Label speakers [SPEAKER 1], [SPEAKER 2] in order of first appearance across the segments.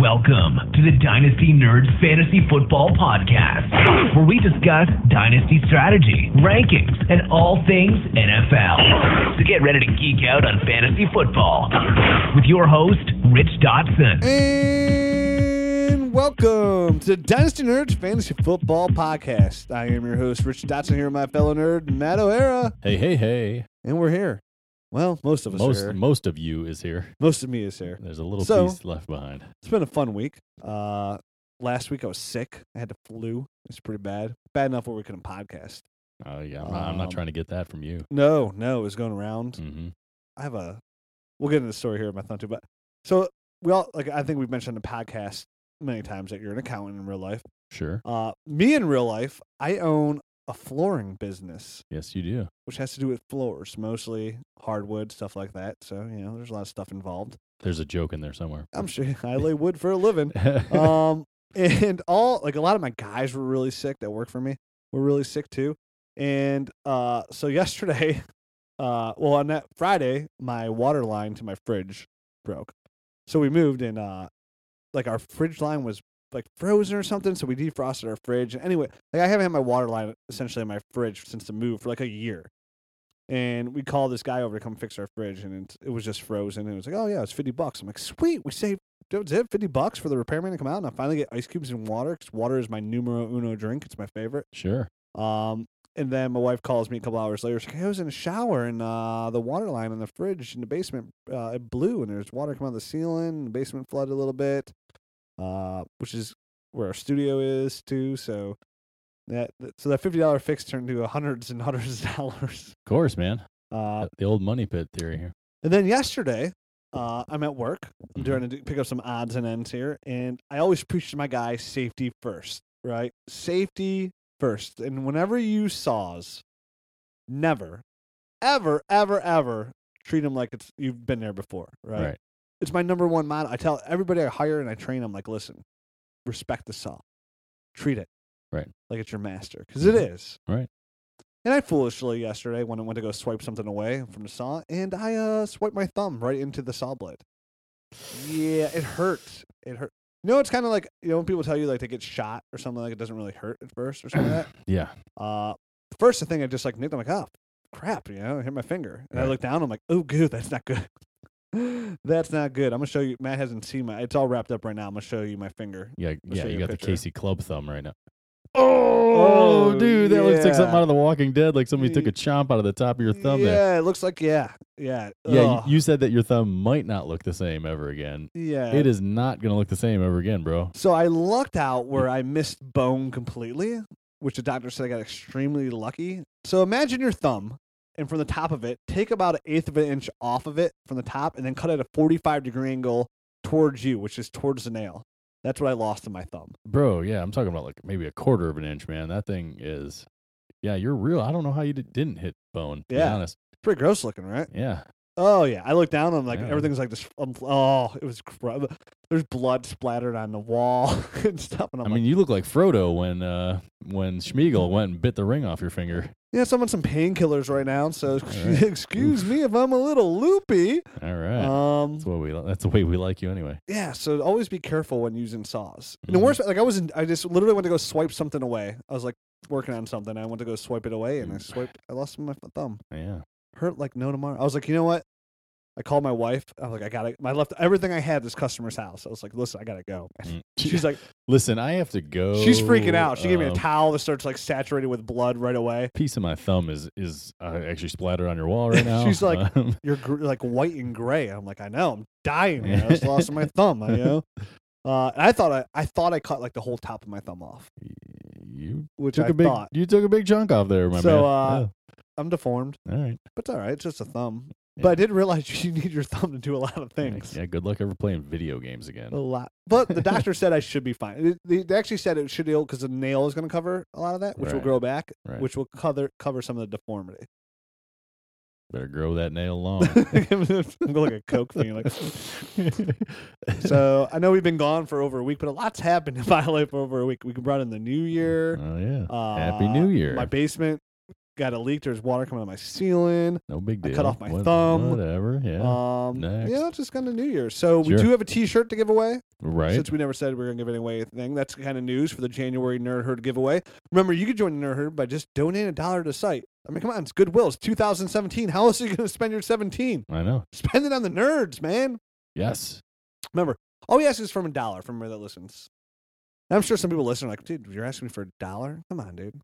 [SPEAKER 1] Welcome to the Dynasty Nerds Fantasy Football Podcast, where we discuss dynasty strategy, rankings, and all things NFL. So get ready to geek out on fantasy football with your host, Rich Dotson.
[SPEAKER 2] And welcome to the Dynasty Nerds Fantasy Football Podcast. I am your host, Rich Dotson, here with my fellow nerd, Matt O'Hara.
[SPEAKER 3] Hey, hey, hey.
[SPEAKER 2] And we're here. Well, most of us
[SPEAKER 3] Most
[SPEAKER 2] are here.
[SPEAKER 3] most of you is here.
[SPEAKER 2] Most of me is here.
[SPEAKER 3] There's a little
[SPEAKER 2] So-
[SPEAKER 3] piece left behind.
[SPEAKER 2] It's been a fun week. Uh, last week I was sick. I had the flu. It's pretty bad. Bad enough where we couldn't podcast.
[SPEAKER 3] Oh yeah, I'm, not, I'm not
[SPEAKER 2] Um,
[SPEAKER 3] trying to get that from you.
[SPEAKER 2] No, no, it was going around.
[SPEAKER 3] hmm
[SPEAKER 2] I have a. We'll get into the story here in my thought too, but so we all like. I think we've mentioned in the podcast many times that you're an accountant in real life.
[SPEAKER 3] Sure.
[SPEAKER 2] Uh, me in real life, I own a flooring business,
[SPEAKER 3] Yes, you do.
[SPEAKER 2] which has to do with floors, mostly hardwood stuff like that. So you know, there's a lot of stuff involved.
[SPEAKER 3] There's a joke in there somewhere.
[SPEAKER 2] I'm sure I lay wood for a living. Um, and all like a lot of my guys were really sick that work for me were really sick too. And uh, so yesterday, uh, well on that Friday, my water line to my fridge broke. So we moved and uh, like our fridge line was like frozen or something. So we defrosted our fridge. Anyway, like I haven't had my water line essentially in my fridge since the move for like a year. And we called this guy over to come fix our fridge, and it's- it was just frozen. And it was like, oh yeah, it's fifty bucks. I'm like, sweet, we saved that was it, 50 bucks for the repairman to come out and I finally get ice cubes and water because water is my numero uno drink. It's my favorite.
[SPEAKER 3] sure.
[SPEAKER 2] Um, and then my wife calls me a couple hours later. She's like, "Hey, I was in a shower and uh, the water line in the fridge in the basement uh, it blew and there's water coming out of the ceiling. The basement flooded a little bit, uh, which is where our studio is too. So that that- so that fifty dollar fix turned to hundreds and hundreds of dollars.
[SPEAKER 3] Of course, man.
[SPEAKER 2] Uh,
[SPEAKER 3] The old money pit theory here.
[SPEAKER 2] and then yesterday, uh, I'm at work. I'm
[SPEAKER 3] Mhm.
[SPEAKER 2] trying to do- pick up some odds and ends here, and I always preach to my guys safety first, right? Safety first. And whenever you saws, never, ever, ever, ever treat them like it's you've been there before, right?
[SPEAKER 3] Right.
[SPEAKER 2] It's my number one motto. I tell everybody I hire and I train. I'm like, listen, respect the saw, treat it
[SPEAKER 3] Right.
[SPEAKER 2] like it's your master because it
[SPEAKER 3] Mhm.
[SPEAKER 2] is
[SPEAKER 3] Right.
[SPEAKER 2] And I foolishly yesterday when I went to go swipe something away from the saw, and I uh, swiped my thumb right into the saw blade. Yeah, it hurt. It hurt. You know, it's kind of like you know when people tell you like they get shot or something like it doesn't really hurt at first or something like that.
[SPEAKER 3] Yeah.
[SPEAKER 2] Uh, first the thing I just like nicked. I'm like, oh crap, you know, I hit my finger, and I
[SPEAKER 3] Right.
[SPEAKER 2] look down. I'm like, oh good, that's not good. that's not good. I'm gonna show you. Matt hasn't seen my. It's all wrapped up right now. I'm gonna show you my finger.
[SPEAKER 3] Yeah. yeah.
[SPEAKER 2] show you
[SPEAKER 3] You
[SPEAKER 2] a
[SPEAKER 3] got the
[SPEAKER 2] picture.
[SPEAKER 3] Casey Club thumb right now.
[SPEAKER 2] Oh, Oh,
[SPEAKER 3] dude, that looks like something
[SPEAKER 2] yeah.
[SPEAKER 3] out of The Walking Dead. Like somebody took
[SPEAKER 2] Ye-
[SPEAKER 3] a chomp out of the top of your thumb
[SPEAKER 2] yeah,
[SPEAKER 3] there.
[SPEAKER 2] it looks like yeah, yeah,
[SPEAKER 3] Yeah.
[SPEAKER 2] ugh,
[SPEAKER 3] You, you said that your thumb might not look the same ever again.
[SPEAKER 2] yeah.
[SPEAKER 3] It is not going to look the same ever again, bro.
[SPEAKER 2] So I lucked out where I missed bone completely, which the doctor said I got extremely lucky. So imagine your thumb, and from the top of it, take about an eighth of an inch off of it from the top, and then cut at a 45 degree angle towards you, which is towards the nail. That's what I lost in my thumb.
[SPEAKER 3] Bro, yeah, I'm talking about like maybe a quarter of an inch, man. That thing is, yeah, you're real. I don't know how you di- didn't hit bone. To
[SPEAKER 2] Yeah.
[SPEAKER 3] be honest.
[SPEAKER 2] Pretty gross looking, right?
[SPEAKER 3] Yeah,
[SPEAKER 2] Oh yeah. I looked down. I'm like
[SPEAKER 3] Yeah.
[SPEAKER 2] everything's like this. um, oh, it was. Cr- there's blood splattered on the wall and stuff. And
[SPEAKER 3] i
[SPEAKER 2] I'm like,
[SPEAKER 3] mean, you look like Frodo when uh when Schmeagol went and bit the ring off your finger.
[SPEAKER 2] yeah, so I'm on some painkillers right now. So
[SPEAKER 3] right.
[SPEAKER 2] excuse me if I'm a little loopy.
[SPEAKER 3] All right,
[SPEAKER 2] Um,
[SPEAKER 3] that's what we. li- That's the way we like you anyway.
[SPEAKER 2] Yeah, so always be careful when using saws. And the
[SPEAKER 3] Mhm.
[SPEAKER 2] worst, like I was, in, I just literally went to go swipe something away. I was like working on something. I went to go swipe it away, and I
[SPEAKER 3] Mm.
[SPEAKER 2] swiped. I lost my f- thumb.
[SPEAKER 3] Yeah,
[SPEAKER 2] Hurt like no tomorrow. I was like, you know what? I called my wife. I was like, I gotta. I left everything I had at this customer's house. I was like, listen, I gotta go.
[SPEAKER 3] Mm.
[SPEAKER 2] She's like,
[SPEAKER 3] listen, I have to go.
[SPEAKER 2] she's freaking out. She gave me a
[SPEAKER 3] um,
[SPEAKER 2] towel that starts like saturated with blood right away.
[SPEAKER 3] piece of my thumb is is uh, actually splattered on your wall right now.
[SPEAKER 2] She's like,
[SPEAKER 3] Um,
[SPEAKER 2] You're gr- like white and gray. I'm like, I know. I'm dying. Man. I just lost my thumb. You know. Uh, and I thought I, I thought I cut like the whole top of my thumb off,
[SPEAKER 3] you
[SPEAKER 2] which
[SPEAKER 3] took
[SPEAKER 2] I
[SPEAKER 3] a big
[SPEAKER 2] thought.
[SPEAKER 3] you took a big chunk off there, my
[SPEAKER 2] So,
[SPEAKER 3] man.
[SPEAKER 2] uh, I'm deformed.
[SPEAKER 3] Yeah, all right,
[SPEAKER 2] But it's all right. It's just a thumb.
[SPEAKER 3] Yeah.
[SPEAKER 2] But I didn't realize you need your thumb to do a lot of
[SPEAKER 3] Yeah,
[SPEAKER 2] things.
[SPEAKER 3] Yeah, good luck ever playing video games again.
[SPEAKER 2] A lot. But the doctor said I should be fine. It- They, they actually said it should heal because the nail is going to cover a lot of that, which will
[SPEAKER 3] Right.
[SPEAKER 2] grow back,
[SPEAKER 3] Right.
[SPEAKER 2] which will cover cover some of the deformity.
[SPEAKER 3] Better grow that nail long. Oh,
[SPEAKER 2] I'm going to look at Coke thing. Like, so I know we've been gone for over a week, but a lot's happened in my life over a week. We brought in the new year.
[SPEAKER 3] Oh yeah.
[SPEAKER 2] Uh,
[SPEAKER 3] Happy New Year.
[SPEAKER 2] My basement got a leak. There's water coming out of my ceiling.
[SPEAKER 3] no big
[SPEAKER 2] I
[SPEAKER 3] deal.
[SPEAKER 2] cut off my thumb.
[SPEAKER 3] Whatever. Yeah.
[SPEAKER 2] Um,
[SPEAKER 3] Next.
[SPEAKER 2] yeah, it's just kind of New Year. So we
[SPEAKER 3] Sure.
[SPEAKER 2] do have a T-shirt to give away.
[SPEAKER 3] Right.
[SPEAKER 2] Since we never said we were going to give it away thing, that's the kind of news for the January Nerd Herd giveaway. Remember, you could join the Nerd Herd by just donating a dollar to the site. I mean, come on, it's Goodwill. It's 2017. How else are you going to spend your 17?
[SPEAKER 3] I know.
[SPEAKER 2] Spend it on the nerds, man.
[SPEAKER 3] Yes.
[SPEAKER 2] Remember, all we ask is from a dollar from everybody that listens. And I'm sure some people listen are like, dude, you're asking me for a dollar? Come on, dude.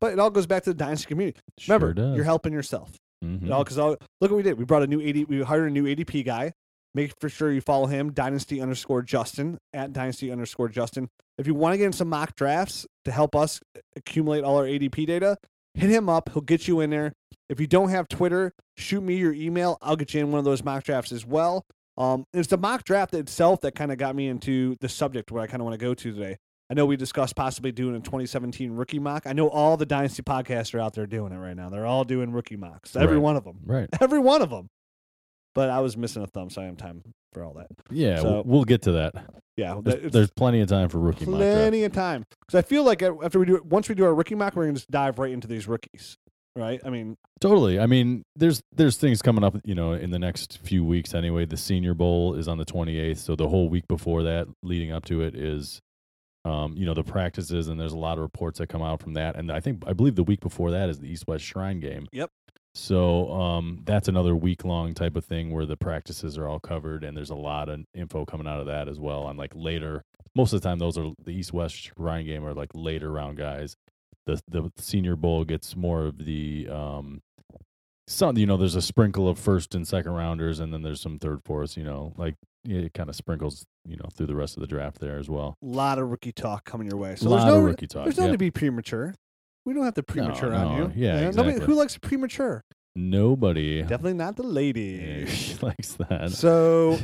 [SPEAKER 2] But it all goes back to the Dynasty community. Remember,
[SPEAKER 3] sure does.
[SPEAKER 2] you're helping yourself.
[SPEAKER 3] Mhm.
[SPEAKER 2] It all because look what we did. We brought a new AD. We hired a new ADP guy. Make for sure you follow him, Dynasty underscore Justin at Dynasty underscore Justin. If you want to get in some mock drafts to help us accumulate all our ADP data, hit him up. He'll get you in there. If you don't have Twitter, shoot me your email. I'll get you in one of those mock drafts as well. Um, it's the mock draft itself that kind of got me into the subject where I kind of want to go to today. I know we discussed possibly doing a 2017 rookie mock. I know all the Dynasty podcasts are out there doing it right now. They're all doing rookie mocks, every
[SPEAKER 3] Right.
[SPEAKER 2] one of them
[SPEAKER 3] Right.
[SPEAKER 2] every one of them. But I was missing a thumb, so I am time for all that.
[SPEAKER 3] Yeah.
[SPEAKER 2] So-
[SPEAKER 3] we'll, we'll get to that.
[SPEAKER 2] Yeah,
[SPEAKER 3] There's,
[SPEAKER 2] that- it's
[SPEAKER 3] there's plenty of time for rookie mock draft.
[SPEAKER 2] plenty of time because I feel like after we do it, once we do our rookie mock, we're gonna just dive right into these rookies, right? I mean,
[SPEAKER 3] Totally. I mean, there's there's things coming up, you know, in the next few weeks anyway. The Senior Bowl is on the 28th, so the whole week before that, leading up to it, is, um, you know, the practices, and there's a lot of reports that come out from that. And I think I believe the week before that is the East West Shrine Game.
[SPEAKER 2] Yep.
[SPEAKER 3] So um, that's another week long type of thing where the practices are all covered, and there's a lot of info coming out of that as well. On like later, most of the time, those are the East West Shrine Game are like later round guys. The the Senior Bowl gets more of the um, some you know there's a sprinkle of first and second rounders and then there's some third fourths you know like it kind of sprinkles you know through the rest of the draft there as well
[SPEAKER 2] a lot of rookie talk coming your way.
[SPEAKER 3] a
[SPEAKER 2] So
[SPEAKER 3] lot
[SPEAKER 2] there's no
[SPEAKER 3] of rookie talk
[SPEAKER 2] there's no
[SPEAKER 3] yeah.
[SPEAKER 2] need to be premature. We don't have to premature on
[SPEAKER 3] no,
[SPEAKER 2] you.
[SPEAKER 3] yeah,
[SPEAKER 2] you know? Nobody-
[SPEAKER 3] exactly.
[SPEAKER 2] who likes premature?
[SPEAKER 3] nobody
[SPEAKER 2] Definitely not the lady.
[SPEAKER 3] eh, likes that
[SPEAKER 2] So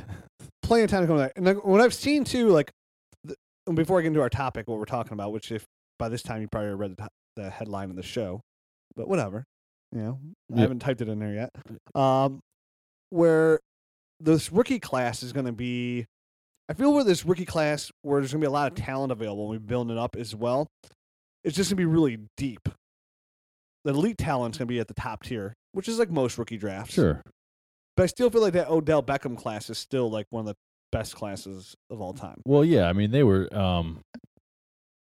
[SPEAKER 2] plenty of time to come back. And like, what I've seen too, like, th- and before I get into our topic, what we're talking about, which if by this time you probably read the, to- the headline of the show, but whatever, you know, I
[SPEAKER 3] Yeah.
[SPEAKER 2] haven't typed it in there yet. Um, where this rookie class is going to be, I feel where this rookie class, where there's going to be a lot of talent available, and we build it up as well. It's just going to be really deep. The elite talent's going to be at the top tier, which is like most rookie drafts.
[SPEAKER 3] sure
[SPEAKER 2] But I still feel like that Odell Beckham class is still like one of the best classes of all time.
[SPEAKER 3] well yeah i mean they were um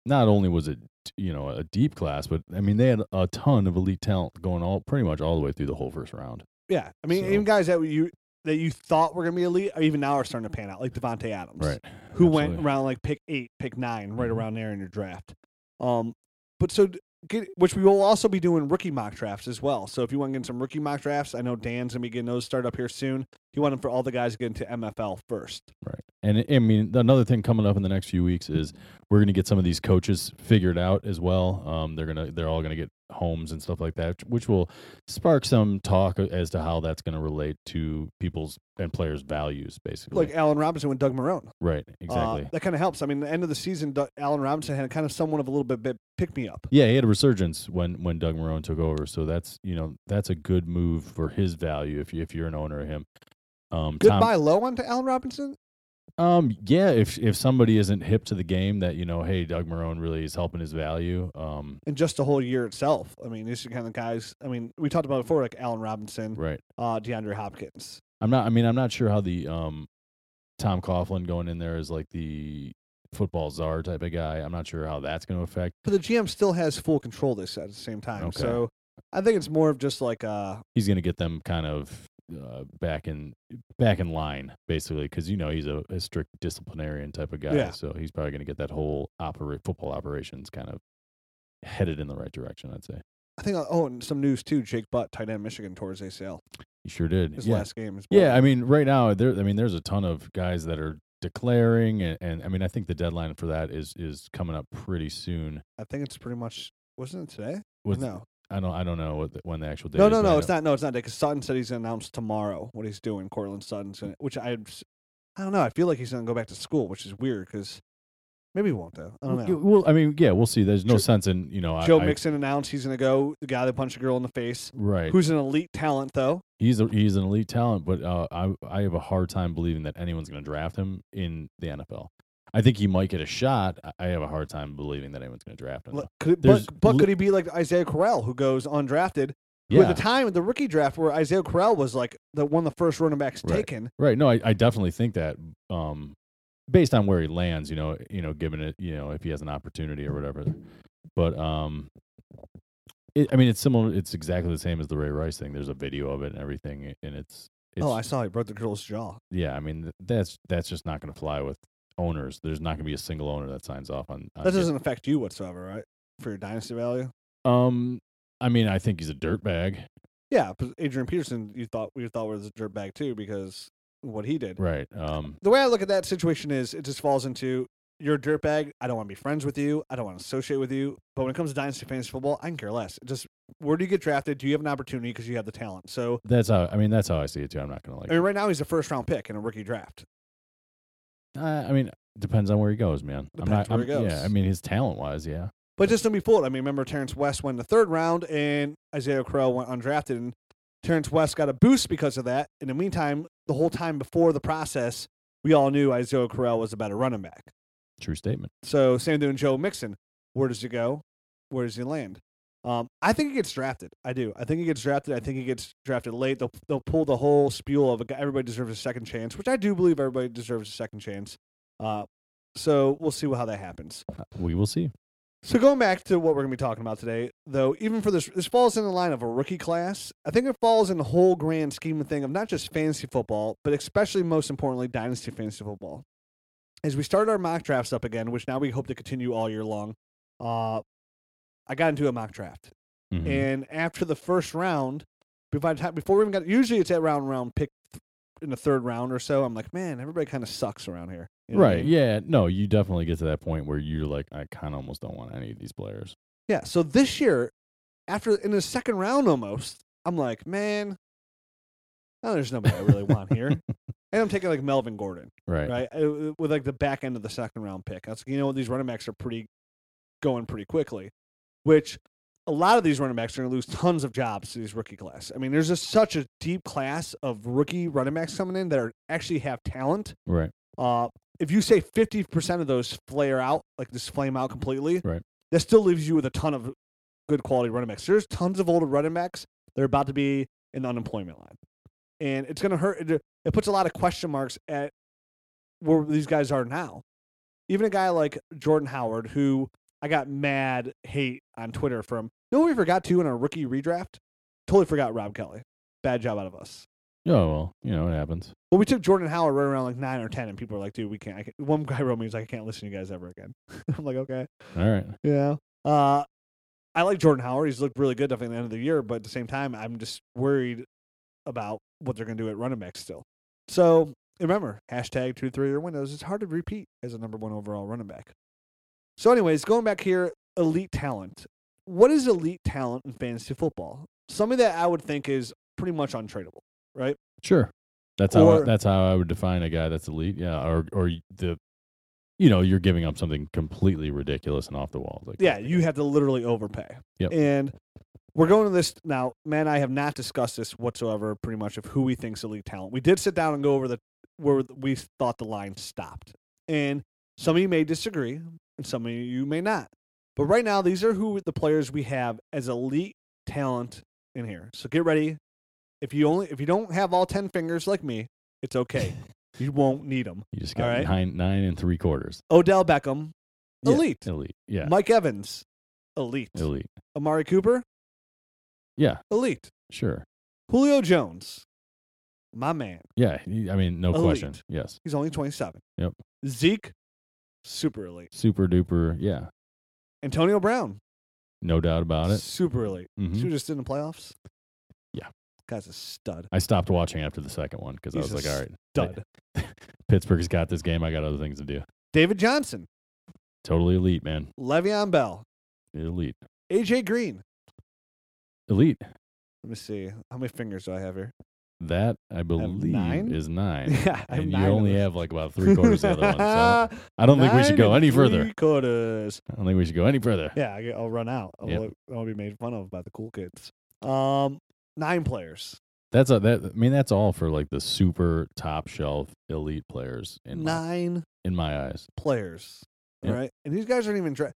[SPEAKER 3] not only was it you know a deep class but i mean they had a ton of elite talent going all pretty much all the way through the whole first round
[SPEAKER 2] Yeah, I mean,
[SPEAKER 3] So-
[SPEAKER 2] even guys that you that you thought were gonna be elite, are even now are starting to pan out, like Devonte Adams,
[SPEAKER 3] right
[SPEAKER 2] who went
[SPEAKER 3] Absolutely.
[SPEAKER 2] around like pick eight, pick nine, right
[SPEAKER 3] Mhm.
[SPEAKER 2] around there in your draft. Um, but so d- get, which we will also be doing rookie mock drafts as well. So if you want to get some rookie mock drafts, I know Dan's gonna be getting those started up here soon. He wanted for all the guys to get into MFL first.
[SPEAKER 3] Right. And I- I mean, another thing coming up in the next few weeks is we're going to get some of these coaches figured out as well. Um, they're going to, they're all going to get homes and stuff like that, which will spark some talk as to how that's going to relate to people's and players' values, basically.
[SPEAKER 2] Like Allen Robinson with Doug Marone.
[SPEAKER 3] right. Exactly.
[SPEAKER 2] Uh, that kind of helps. I mean, the end of the season, Doug, Allen Robinson had kind of someone of a little bit, bit pick me up.
[SPEAKER 3] yeah, he had a resurgence when when Doug Marone took over, so that's you know that's a good move for his value if you, if you're an owner of him. Um, Tom-
[SPEAKER 2] Goodbye, low on to Allen Robinson.
[SPEAKER 3] Um, yeah, if if somebody isn't hip to the game, that you know, hey, Doug Marone really is helping his value. Um,
[SPEAKER 2] and just the whole year itself. I mean, these are kind of guys. I mean, we talked about it before, like Allen Robinson,
[SPEAKER 3] right.
[SPEAKER 2] uh, DeAndre Hopkins.
[SPEAKER 3] I'm not. I mean, I'm not sure how the um, Tom Coughlin going in there is like the football czar type of guy. I'm not sure how that's going to affect.
[SPEAKER 2] But the GM still has full control. They said at the same time.
[SPEAKER 3] Okay.
[SPEAKER 2] So I think it's more of just like uh,
[SPEAKER 3] He's going to get them kind of uh, back in back in line basically because you know he's a, a strict disciplinarian type of guy.
[SPEAKER 2] Yeah.
[SPEAKER 3] So he's probably going to get that whole operate football operations kind of headed in the right direction. I'd say
[SPEAKER 2] I think. Oh, and some news too. Jake Butt, tight end, Michigan, towards ACL
[SPEAKER 3] he sure did.
[SPEAKER 2] his
[SPEAKER 3] yeah.
[SPEAKER 2] last game. As well.
[SPEAKER 3] Yeah, I mean, right now there. I mean, there's a ton of guys that are declaring, and, and I mean, I think the deadline for that is is coming up pretty soon.
[SPEAKER 2] I think it's pretty much. Wasn't it today?
[SPEAKER 3] With-
[SPEAKER 2] no,
[SPEAKER 3] I don't. I don't know what the, when the actual date.
[SPEAKER 2] no,
[SPEAKER 3] is,
[SPEAKER 2] no,
[SPEAKER 3] but I
[SPEAKER 2] no. It's
[SPEAKER 3] know-
[SPEAKER 2] not. No, it's not. Because Sutton said he's going to announce tomorrow what he's doing. Cortland Sutton's going, to which I, I don't know. I feel like he's going to go back to school, which is weird because maybe he won't though. I don't know.
[SPEAKER 3] Well, Well, I mean, yeah, we'll see. There's no
[SPEAKER 2] Joe-
[SPEAKER 3] sense in you know. I-
[SPEAKER 2] Joe
[SPEAKER 3] I,
[SPEAKER 2] Mixon announced he's going to go. The guy that punched a girl in the face,
[SPEAKER 3] Right.
[SPEAKER 2] who's an elite talent though.
[SPEAKER 3] he's a, he's an elite talent, but uh, I I have a hard time believing that anyone's going to draft him in the NFL. I think he might get a shot. I- I have a hard time believing that anyone's going to draft him.
[SPEAKER 2] Look,
[SPEAKER 3] though.
[SPEAKER 2] Could, but
[SPEAKER 3] There's
[SPEAKER 2] but
[SPEAKER 3] li-
[SPEAKER 2] could he be like Isaiah Correll, who goes undrafted? Who
[SPEAKER 3] Yeah.
[SPEAKER 2] at the time of the rookie draft, where Isaiah Correll was like the one of the first running backs
[SPEAKER 3] Right.
[SPEAKER 2] taken.
[SPEAKER 3] Right. No, I, I definitely think that. Um, based on where he lands, you know, you know, given it, you know, if he has an opportunity or whatever. But um, it, I mean, it's similar. It's exactly the same as the Ray Rice thing. There's a video of it and everything, and it's, it's
[SPEAKER 2] oh, I saw he broke the girl's jaw.
[SPEAKER 3] yeah. I mean, th- that's that's just not going to fly with owners. There's not going to be a single owner that signs off on. on
[SPEAKER 2] That
[SPEAKER 3] getting-
[SPEAKER 2] doesn't affect you whatsoever, right? For your dynasty value.
[SPEAKER 3] Um, I mean, I think he's a dirtbag,
[SPEAKER 2] Yeah, but Adrian Peterson, you thought we thought was a dirtbag too because what he did.
[SPEAKER 3] right? Um,
[SPEAKER 2] The way I look at that situation is it just falls into you're a dirtbag. I don't want to be friends with you. I don't want to associate with you. But when it comes to dynasty fantasy football, I can care less. It just where do you get drafted? Do you have an opportunity because you have the talent? So
[SPEAKER 3] that's how. I mean, that's how I see it too. I'm not going to
[SPEAKER 2] I
[SPEAKER 3] like.
[SPEAKER 2] mean, right now he's a first round pick in a rookie draft.
[SPEAKER 3] I, I mean, depends on where he goes, man. I'm
[SPEAKER 2] Depends
[SPEAKER 3] not.
[SPEAKER 2] where
[SPEAKER 3] I'm,
[SPEAKER 2] he
[SPEAKER 3] Yeah,
[SPEAKER 2] goes.
[SPEAKER 3] I mean, his talent wise, yeah.
[SPEAKER 2] But just don't be fooled. I mean, remember Terrence West went in the third round and Isaiah Crow went undrafted and Terrence West got a boost because of that. In the meantime, the whole time before the process, we all knew Isaiah Crowell was a better running back.
[SPEAKER 3] True statement.
[SPEAKER 2] So same thing with Joe Mixon. Where does he go? Where does he land? Um, I think he gets drafted. I do. I think he gets drafted. I think he gets drafted late. They'll they'll pull the whole spiel of a guy, everybody deserves a second chance, which I do believe everybody deserves a second chance. Uh, so we'll see how that happens.
[SPEAKER 3] Uh, We will see.
[SPEAKER 2] So going back to what we're going to be talking about today, though, even for this, this falls in the line of a rookie class. I think it falls in the whole grand scheme of thing of not just fantasy football, but especially most importantly, dynasty fantasy football. As we start our mock drafts up again, which now we hope to continue all year long, uh, I got into a mock draft,
[SPEAKER 3] Mhm.
[SPEAKER 2] and after the first round, before, before we even got, usually it's at round round pick th- in the third round or so. I'm like, man, everybody kind of sucks around here, You know what I
[SPEAKER 3] Right.
[SPEAKER 2] mean?
[SPEAKER 3] Yeah. No, you definitely get to that point where you're like, I kind of almost don't want any of these players.
[SPEAKER 2] Yeah. So this year, after in the second round almost, I'm like, man, no, there's nobody I really want here. And I'm taking like Melvin Gordon,
[SPEAKER 3] Right.
[SPEAKER 2] right? Uh, With like the back end of the second round pick. I was like, you know what? These running backs are pretty going pretty quickly, which a lot of these running backs are going to lose tons of jobs to these rookie class. I mean, there's just such a deep class of rookie running backs coming in that are, actually have talent.
[SPEAKER 3] Right.
[SPEAKER 2] Uh, if you say 50% of those flare out, like just flame out completely,
[SPEAKER 3] Right.
[SPEAKER 2] that still leaves you with a ton of good quality running backs. There's tons of older running backs that are about to be in the unemployment line. And it's going to hurt. It it puts a lot of question marks at where these guys are now. Even a guy like Jordan Howard, who I got mad hate on Twitter from. You know who we forgot to in our rookie redraft? Totally forgot Rob Kelly. Bad job out of us.
[SPEAKER 3] Yeah. Oh, Well, you know, it happens.
[SPEAKER 2] Well, we took Jordan Howard right around like nine or ten, and people are like, "Dude, we can't." I can't. One guy wrote me, he's like, "I can't listen to you guys ever again." I'm like, "Okay,
[SPEAKER 3] All right.
[SPEAKER 2] yeah." Uh, I like Jordan Howard. He's looked really good definitely at the end of the year, but at the same time, I'm just worried about what they're going to do at running back still. So remember, hashtag two three year windows. It's hard to repeat as a number one overall running back. So, anyways, going back here, elite talent. What is elite talent in fantasy football? Something that I would think is pretty much untradeable, right?
[SPEAKER 3] Sure. That's how I,
[SPEAKER 2] Or-
[SPEAKER 3] that's how I would define a guy that's elite. Yeah. Or or y- the, you know, you're giving up something completely ridiculous and off the wall. Like
[SPEAKER 2] Yeah, you have to literally overpay.
[SPEAKER 3] Yep.
[SPEAKER 2] And we're going to this now. Man, I have not discussed this whatsoever. Pretty much of who we think's elite talent. We did sit down and go over the where we thought the line stopped, and some of you may disagree, and some of you may not. But right now, these are who the players we have as elite talent in here. So get ready. If you only if you don't have all ten fingers like me, it's okay. you won't need them.
[SPEAKER 3] You just
[SPEAKER 2] All
[SPEAKER 3] got
[SPEAKER 2] right.
[SPEAKER 3] nine nine and three quarters.
[SPEAKER 2] Odell Beckham,
[SPEAKER 3] Yeah.
[SPEAKER 2] elite.
[SPEAKER 3] Elite. Yeah.
[SPEAKER 2] Mike Evans, elite.
[SPEAKER 3] elite.
[SPEAKER 2] Amari Cooper,
[SPEAKER 3] Yeah.
[SPEAKER 2] elite.
[SPEAKER 3] Sure.
[SPEAKER 2] Julio Jones, my man,
[SPEAKER 3] Yeah. he- I mean, no question.
[SPEAKER 2] Elite.
[SPEAKER 3] Yes.
[SPEAKER 2] he's only 27.
[SPEAKER 3] Yep.
[SPEAKER 2] Zeke, super elite.
[SPEAKER 3] Super duper. Yeah.
[SPEAKER 2] Antonio Brown,
[SPEAKER 3] No doubt about it.
[SPEAKER 2] super elite.
[SPEAKER 3] Mhm.
[SPEAKER 2] She was just in the playoffs.
[SPEAKER 3] Yeah.
[SPEAKER 2] guy's a stud.
[SPEAKER 3] I stopped watching after the second one because I
[SPEAKER 2] He's
[SPEAKER 3] was like,
[SPEAKER 2] a
[SPEAKER 3] all right,
[SPEAKER 2] Stud.
[SPEAKER 3] Pittsburgh's got this game. I got other things to do.
[SPEAKER 2] David Johnson,
[SPEAKER 3] Totally elite, man.
[SPEAKER 2] Le'Veon Bell,
[SPEAKER 3] Elite.
[SPEAKER 2] AJ Green.
[SPEAKER 3] Elite.
[SPEAKER 2] Let me see how many fingers do I have here.
[SPEAKER 3] That I believe
[SPEAKER 2] nine?
[SPEAKER 3] is nine.
[SPEAKER 2] Yeah, I have
[SPEAKER 3] and
[SPEAKER 2] nine
[SPEAKER 3] you
[SPEAKER 2] of
[SPEAKER 3] only
[SPEAKER 2] those.
[SPEAKER 3] have like about three quarters of the other one. So I don't think we
[SPEAKER 2] Nine
[SPEAKER 3] should go
[SPEAKER 2] and
[SPEAKER 3] any further.
[SPEAKER 2] Three quarters.
[SPEAKER 3] I don't think we should go any further.
[SPEAKER 2] Yeah, I get- I'll run out. I'll,
[SPEAKER 3] Yep.
[SPEAKER 2] look- I'll be made fun of by the cool kids. Um, nine players.
[SPEAKER 3] That's a, that. I mean, that's all for like the super top shelf elite players in my,
[SPEAKER 2] nine
[SPEAKER 3] in my eyes.
[SPEAKER 2] players. all
[SPEAKER 3] Yeah.
[SPEAKER 2] right, And these guys aren't even draft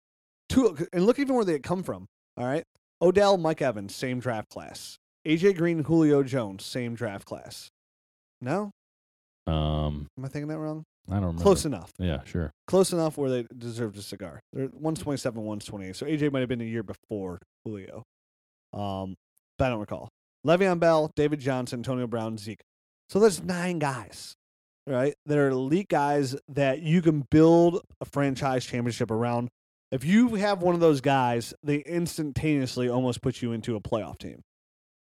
[SPEAKER 2] two and look even where they come from. All right. Odell, Mike Evans, same draft class. AJ Green, Julio Jones, same draft class. No?
[SPEAKER 3] Um,
[SPEAKER 2] Am I thinking that wrong?
[SPEAKER 3] I don't remember.
[SPEAKER 2] Close enough.
[SPEAKER 3] Yeah, sure.
[SPEAKER 2] Close enough where they deserved a cigar. They're 127, 128. So AJ might have been a year before Julio. Um, but I don't recall. Le'Veon Bell, David Johnson, Antonio Brown, Zeke. So that's nine guys, right? That are elite guys that you can build a franchise championship around. If you have one of those guys, they instantaneously almost put you into a playoff team.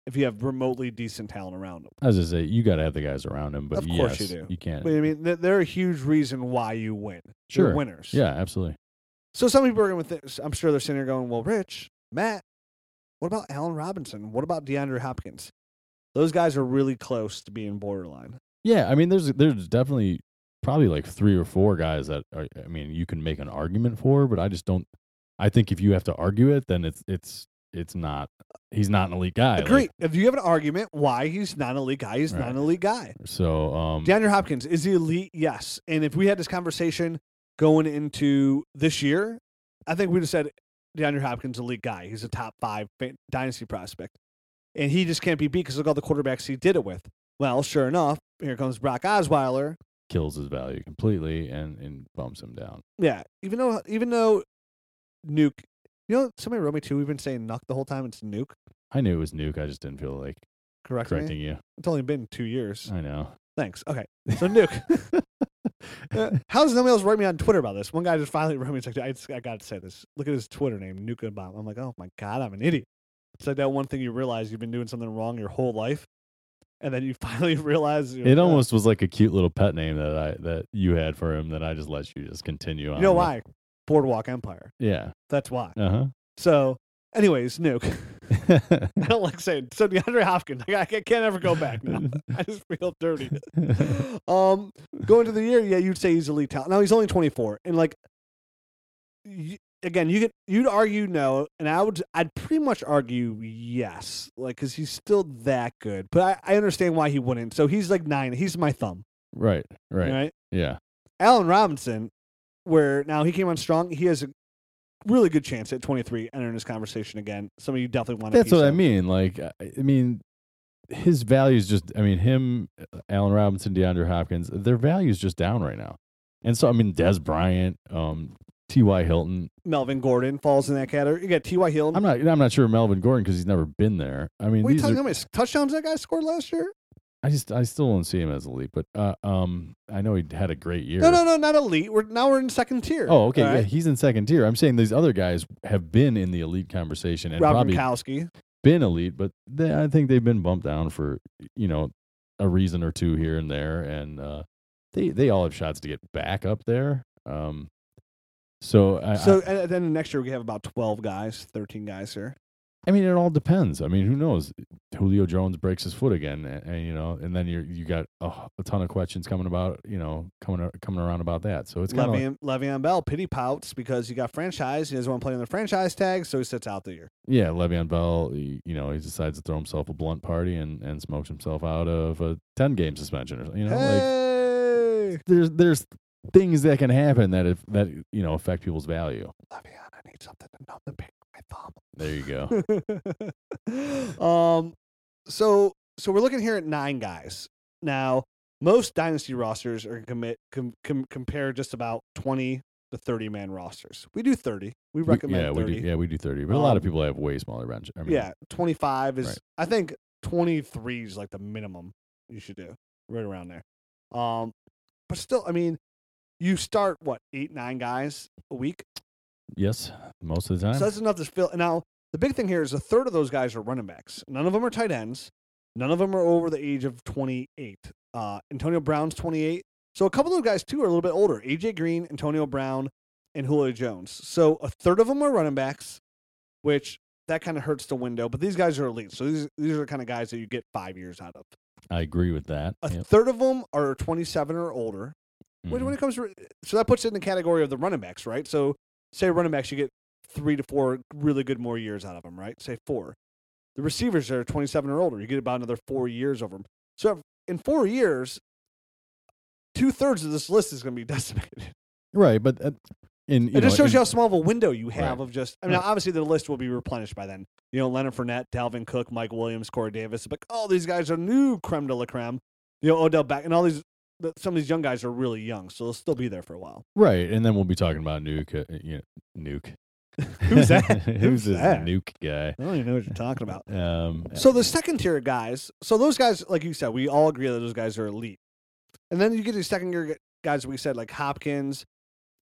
[SPEAKER 2] If you have remotely decent talent around them.
[SPEAKER 3] I was gonna say you got to have the guys around him, but
[SPEAKER 2] Of course you
[SPEAKER 3] yes,
[SPEAKER 2] do.
[SPEAKER 3] can't.
[SPEAKER 2] But I mean, th- they're a huge reason why you win.
[SPEAKER 3] sure.
[SPEAKER 2] They're winners.
[SPEAKER 3] Yeah, absolutely.
[SPEAKER 2] So some people are going to think, I'm sure they're sitting there going, well, Rich, Matt, what about Allen Robinson? What about DeAndre Hopkins? Those guys are really close to being borderline.
[SPEAKER 3] Yeah, I mean, there's there's definitely probably like three or four guys that are, I mean you can make an argument for, but I just don't. I think if you have to argue it, then it's it's it's not. He's not an elite guy. like-
[SPEAKER 2] Agree. if you have an argument why he's not an elite guy, he's not
[SPEAKER 3] Right.
[SPEAKER 2] an elite guy.
[SPEAKER 3] so um,
[SPEAKER 2] DeAndre Hopkins is he elite? Yes. And if we had this conversation going into this year, I think we'd have said DeAndre Hopkins elite guy. He's a top five fa- dynasty prospect, and he just can't be beat because look all the quarterbacks he did it with. Well, sure enough, here comes Brock Osweiler.
[SPEAKER 3] kills his value completely and and bumps him down.
[SPEAKER 2] Yeah, even though even though Nuke, you know, somebody wrote me too. We've been saying Nuke the whole time. It's Nuke.
[SPEAKER 3] I knew it was Nuke. I just didn't feel like
[SPEAKER 2] Correct me.
[SPEAKER 3] correcting Uh. you.
[SPEAKER 2] It's only been two years.
[SPEAKER 3] I know.
[SPEAKER 2] Thanks. Okay, so Nuke. Uh, How does nobody else write me on Twitter about this? One guy just finally wrote me. It's like, I, just- I got to say this. Look at his Twitter name, Nuka Bomb. I'm like, oh my god, I'm an idiot. It's like that one thing you realize you've been doing something wrong your whole life, and then you finally realize you're like,
[SPEAKER 3] It
[SPEAKER 2] "Oh."
[SPEAKER 3] almost was like a cute little pet name that I that you had for him that I just let you just continue on.
[SPEAKER 2] You know
[SPEAKER 3] with.
[SPEAKER 2] why? Boardwalk Empire.
[SPEAKER 3] uh, Yeah.
[SPEAKER 2] That's why.
[SPEAKER 3] Uh
[SPEAKER 2] So, anyways, Nuke.
[SPEAKER 3] huh.
[SPEAKER 2] I don't like saying so. DeAndre Hopkins. I, I can't ever go back now. I just feel dirty. um, going to the year, yeah, you'd say he's elite talent. Now he's only 24, and like, y again, you could you'd argue no, and I would I'd pretty much argue yes, like because he's still that good. But I, I understand why he wouldn't. So he's like nine. He's my thumb,
[SPEAKER 3] right. Right.
[SPEAKER 2] right?
[SPEAKER 3] Yeah.
[SPEAKER 2] Allen Robinson, where now he came on strong. He has a really good chance at 23 entering this conversation again. Somebody you definitely want.
[SPEAKER 3] That's
[SPEAKER 2] piece
[SPEAKER 3] what I
[SPEAKER 2] of.
[SPEAKER 3] mean. Like, I I mean, his value is just. I mean, him, uh, Allen Robinson, DeAndre Hopkins, their value is just down right now. And so, I mean, Des Bryant, um, T.Y. Hilton.
[SPEAKER 2] Melvin Gordon falls in that category. You got T.Y. Hilton.
[SPEAKER 3] I'm not. I'm not sure Melvin Gordon because he's never been there. I mean,
[SPEAKER 2] What are you
[SPEAKER 3] these
[SPEAKER 2] talking
[SPEAKER 3] are,
[SPEAKER 2] how many touchdowns that guy scored last year?
[SPEAKER 3] I just. I still don't see him as elite. But uh, um, I know he had a great year.
[SPEAKER 2] No, no, no, not elite. We're now we're in second tier.
[SPEAKER 3] Oh, okay.
[SPEAKER 2] all
[SPEAKER 3] Yeah,
[SPEAKER 2] right?
[SPEAKER 3] he's in second tier. I'm saying these other guys have been in the elite conversation and
[SPEAKER 2] Rob
[SPEAKER 3] probably
[SPEAKER 2] Gronkowski.
[SPEAKER 3] been elite, but they, I think they've been bumped down for you know a reason or two here and there, and uh, they they all have shots to get back up there. Um, so I,
[SPEAKER 2] So and then next year we have about twelve guys, thirteen guys here.
[SPEAKER 3] I, I mean, it all depends. I mean, who knows? Julio Jones breaks his foot again, and, and you know, and then you you got a, a ton of questions coming about you know coming coming around about that. So it's kind of like,
[SPEAKER 2] Le'Veon, Le'Veon Bell pity pouts because he got franchise. He doesn't want to play on the franchise tag, so he sits out the year.
[SPEAKER 3] Yeah, Le'Veon Bell, he, you know, he decides to throw himself a blunt party and, and smokes himself out of a ten game suspension or something. You know, like
[SPEAKER 2] hey,
[SPEAKER 3] there's there's things that can happen that if that you know affect people's value.
[SPEAKER 2] Le'Veon, I need something to numb the pain in
[SPEAKER 3] There you go.
[SPEAKER 2] my thumb. um, so so we're looking here at nine guys now. Most dynasty rosters are commit com, com, compare just about twenty to thirty man rosters. We do thirty. We
[SPEAKER 3] We-
[SPEAKER 2] recommend
[SPEAKER 3] yeah,
[SPEAKER 2] thirty.
[SPEAKER 3] we do. Yeah, we do thirty, but a lot of
[SPEAKER 2] Um,
[SPEAKER 3] people have way smaller bench. I mean,
[SPEAKER 2] yeah, 25 is
[SPEAKER 3] Right.
[SPEAKER 2] I think 23 is like the minimum you should do, right around there. Um, but still, I mean, you start what eight, nine guys a week,
[SPEAKER 3] Yes, most of the time.
[SPEAKER 2] so that's enough to fill. And now the big thing here is a third of those guys are running backs. None of them are tight ends. None of them are over the age of 28. Uh, Antonio Brown's 28. So a couple of those guys too are a little bit older. AJ Green, Antonio Brown, and Julio Jones. So a third of them are running backs, which that kind of hurts the window. But these guys are elite. So these these are the kind of guys that you get five years out of.
[SPEAKER 3] I agree with that.
[SPEAKER 2] A
[SPEAKER 3] Yep.
[SPEAKER 2] third of them are 27 or older. When, when
[SPEAKER 3] Mhm.
[SPEAKER 2] it comes to so that puts it in the category of the running backs, right? So say running backs, you get three to four really good more years out of them, right? Say four. The receivers that are 27 or older, you get about another four years over them. So if- in four years, two thirds of this list is going to be decimated.
[SPEAKER 3] Right, but uh, in you
[SPEAKER 2] It just
[SPEAKER 3] know,
[SPEAKER 2] shows
[SPEAKER 3] in-
[SPEAKER 2] you how small of a window you have
[SPEAKER 3] Right.
[SPEAKER 2] of just. I mean,
[SPEAKER 3] Right.
[SPEAKER 2] obviously the list will be replenished by then. You know, Leonard Fournette, Dalvin Cook, Mike Williams, Corey Davis. But all these guys are new creme de la creme. You know, Odell Beckham and all these the, some of these young guys are really young, so they'll still be there for a while.
[SPEAKER 3] Right, and then we'll be talking about Nuke. Uh, you know, Nuke.
[SPEAKER 2] Who's that? Who's
[SPEAKER 3] Who's this
[SPEAKER 2] that?
[SPEAKER 3] Nuke guy?
[SPEAKER 2] I don't even know what you're talking about.
[SPEAKER 3] Um,
[SPEAKER 2] So the second tier guys, so those guys, like you said, we all agree that those guys are elite. And then you get these second tier guys we said like Hopkins,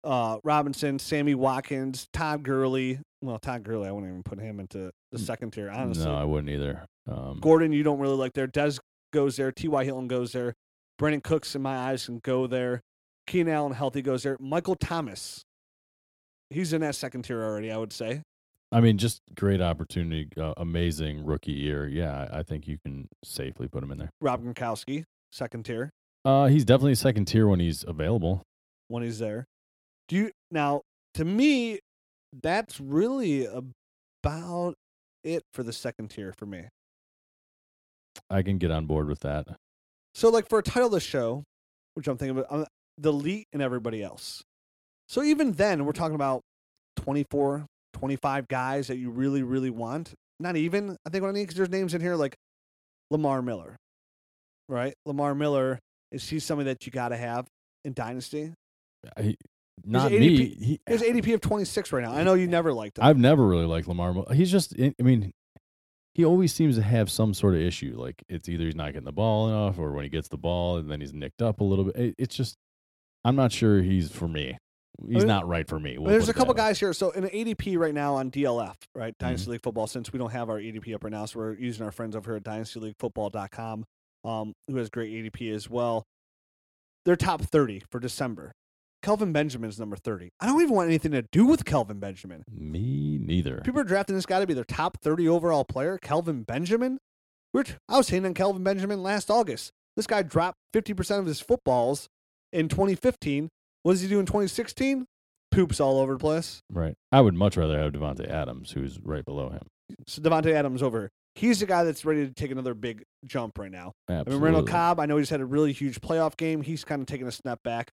[SPEAKER 2] uh, Robinson, Sammy Watkins, Todd Gurley. Well, Todd Gurley, I wouldn't even put him into the second tier, honestly.
[SPEAKER 3] Mm. no, I wouldn't either. Um,
[SPEAKER 2] Gordon, you don't really like there. Des goes there. T.Y. Hilton goes there. Brandon Cooks, in my eyes, can go there. Keenan Allen, healthy, goes there. Michael Thomas, he's in that second tier already, I would say.
[SPEAKER 3] I mean, just great opportunity, uh, amazing rookie year. Yeah, I I think you can safely put him in there.
[SPEAKER 2] Rob Gronkowski, second tier,
[SPEAKER 3] Uh, he's definitely second tier when he's available.
[SPEAKER 2] when he's there. Do you now? To me, that's really about it for the second tier for me.
[SPEAKER 3] I can get on board with that.
[SPEAKER 2] So, like for a title of the show, which I'm thinking about, I'm the elite and everybody else. So, even then, we're talking about 24, 25 guys that you really, really want. Not even, I think what I need, because there's names in here like Lamar Miller, right? Lamar Miller, is he somebody that you got to have in Dynasty?
[SPEAKER 3] I, not
[SPEAKER 2] ADP
[SPEAKER 3] me.
[SPEAKER 2] He has
[SPEAKER 3] He,
[SPEAKER 2] ADP of 26 right now. I know you never liked him.
[SPEAKER 3] I've never really liked Lamar. Mo- He's just, I I mean, he always seems to have some sort of issue. Like it's either he's not getting the ball enough, or when he gets the ball and then he's nicked up a little bit. It, it's just, I'm not sure he's for me. He's
[SPEAKER 2] mean,
[SPEAKER 3] not right for me. We'll
[SPEAKER 2] Well, there's a
[SPEAKER 3] put it that
[SPEAKER 2] couple
[SPEAKER 3] way. Mm-hmm.
[SPEAKER 2] guys here. So in the ADP right now on DLF, right, Dynasty League Football, since we don't have our ADP up right now, so we're using our friends over here at DynastyLeagueFootball.com, um, who has great ADP as well. They're top 30 for December. Kelvin Benjamin's number 30. I don't even want anything to do with Kelvin Benjamin.
[SPEAKER 3] Me neither.
[SPEAKER 2] People are drafting this guy to be their top 30 overall player, Kelvin Benjamin. Which I was hating on Kelvin Benjamin last August. This guy dropped 50% of his footballs in 2015. What does he do in 2016? Poops all over the place.
[SPEAKER 3] Right. I would much rather have Devonte Adams, who's right below him.
[SPEAKER 2] So Devontae Adams over. He's the guy that's ready to take another big jump right now. I mean,
[SPEAKER 3] Absolutely.
[SPEAKER 2] Randall Cobb, I know he's had a really huge playoff game. He's kind of taken a step back.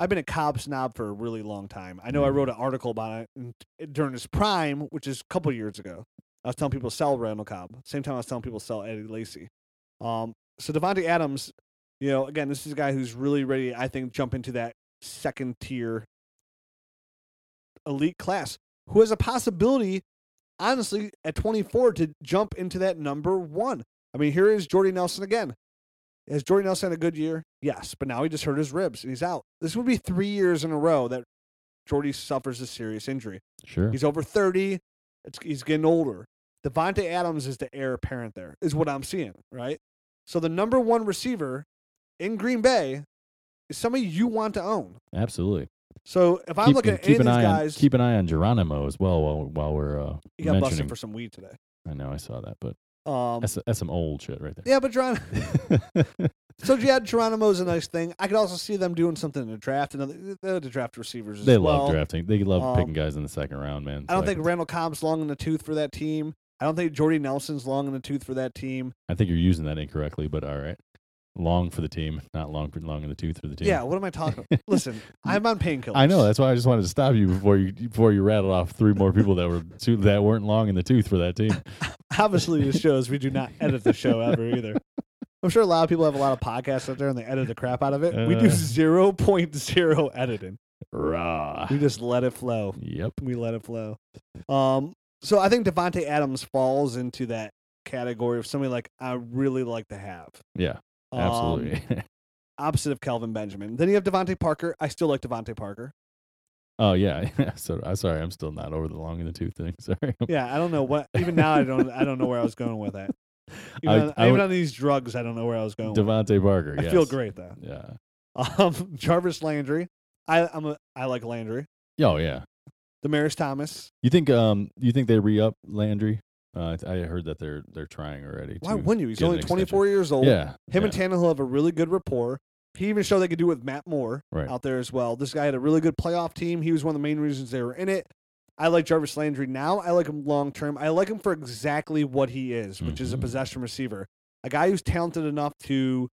[SPEAKER 2] I've been a Cobb snob for a really long time. I know I
[SPEAKER 3] Mhm.
[SPEAKER 2] wrote an article about it in- during his prime, which is a couple years ago. I was telling people sell Randall Cobb. Same time I was telling people sell Eddie Lacy. Um, so Devontae Adams, you know, again, this is a guy who's really ready, I think, jump into that second tier elite class who has a possibility, honestly, at 24 to jump into that number one. I mean, here is Jordy Nelson again. Has Jordy Nelson had a good year? Yes, but now he just hurt his ribs and he's out. This would be three years in a row that Jordy suffers a serious injury.
[SPEAKER 3] Sure.
[SPEAKER 2] He's over 30. It's, he's getting older. Devonte Adams is the heir apparent there, is what I'm seeing, right? So the number one receiver in Green Bay is somebody you want to own.
[SPEAKER 3] Absolutely.
[SPEAKER 2] So if I'm
[SPEAKER 3] keep,
[SPEAKER 2] looking
[SPEAKER 3] and
[SPEAKER 2] at any
[SPEAKER 3] keep
[SPEAKER 2] of
[SPEAKER 3] an
[SPEAKER 2] these
[SPEAKER 3] eye
[SPEAKER 2] guys,
[SPEAKER 3] on keep an eye on Geronimo as well while while we're uh,
[SPEAKER 2] he got busted
[SPEAKER 3] mentioning.
[SPEAKER 2] for some weed today.
[SPEAKER 3] I know I saw that, but
[SPEAKER 2] Um,
[SPEAKER 3] that's that's some old shit right there.
[SPEAKER 2] yeah, but Geron- so yeah, Geronimo's a nice thing. I could also see them doing something in the draft. Another they to draft receivers. As
[SPEAKER 3] they
[SPEAKER 2] well.
[SPEAKER 3] love drafting. They love
[SPEAKER 2] um,
[SPEAKER 3] picking guys in the second round, man.
[SPEAKER 2] I don't
[SPEAKER 3] So
[SPEAKER 2] think Randall Cobb's long in the tooth for that team. I don't think Jordy Nelson's long in the tooth for that team.
[SPEAKER 3] I think you're using that incorrectly, but all right. Long for the team, not long for long in the tooth for the team.
[SPEAKER 2] Yeah, what am I talking? about? Listen, I'm on painkillers.
[SPEAKER 3] I know. That's why I just wanted to stop you before you before you rattled off three more people that were too, that weren't long in the tooth for that team.
[SPEAKER 2] Obviously, this shows we do not edit the show ever either. I'm sure a lot of people have a lot of podcasts out there and they edit the crap out of it. we do
[SPEAKER 3] Uh.
[SPEAKER 2] 0.0 editing.
[SPEAKER 3] Raw.
[SPEAKER 2] We just let it flow.
[SPEAKER 3] Yep.
[SPEAKER 2] We let it flow. Um, so I think Devonte Adams falls into that category of somebody like I really like to have.
[SPEAKER 3] Yeah.
[SPEAKER 2] Um,
[SPEAKER 3] Absolutely.
[SPEAKER 2] opposite of Calvin Benjamin. Then you have Devonte Parker. I still like Devonte Parker.
[SPEAKER 3] Oh yeah, so I'm sorry, I'm still not over the long in the tooth thing. Sorry,
[SPEAKER 2] Yeah, I don't know what. Even now, I don't. I don't know where I was going with that. Even,
[SPEAKER 3] I-
[SPEAKER 2] on,
[SPEAKER 3] I
[SPEAKER 2] even
[SPEAKER 3] would-
[SPEAKER 2] on these drugs, I don't know where I was going. with it.
[SPEAKER 3] Devontae Parker.
[SPEAKER 2] I
[SPEAKER 3] yes.
[SPEAKER 2] feel great though.
[SPEAKER 3] Yeah.
[SPEAKER 2] Um, Jarvis Landry. I I'm a, I like Landry.
[SPEAKER 3] Yeah, Oh yeah.
[SPEAKER 2] Damaris Thomas.
[SPEAKER 3] You think um you think they re up Landry? Uh, I th- I heard that they're they're trying already.
[SPEAKER 2] Why
[SPEAKER 3] to
[SPEAKER 2] wouldn't you? He's
[SPEAKER 3] get an
[SPEAKER 2] only 24 years old.
[SPEAKER 3] Yeah.
[SPEAKER 2] Him
[SPEAKER 3] yeah.
[SPEAKER 2] and Tannehill have a really good rapport. He even showed they could do with Matt Moore
[SPEAKER 3] Right.
[SPEAKER 2] out there as well. This guy had a really good playoff team. He was one of the main reasons they were in it. I like Jarvis Landry now. I like him long term. I like him for exactly what he is, which is a
[SPEAKER 3] Mhm.
[SPEAKER 2] possession receiver, a guy who's talented enough to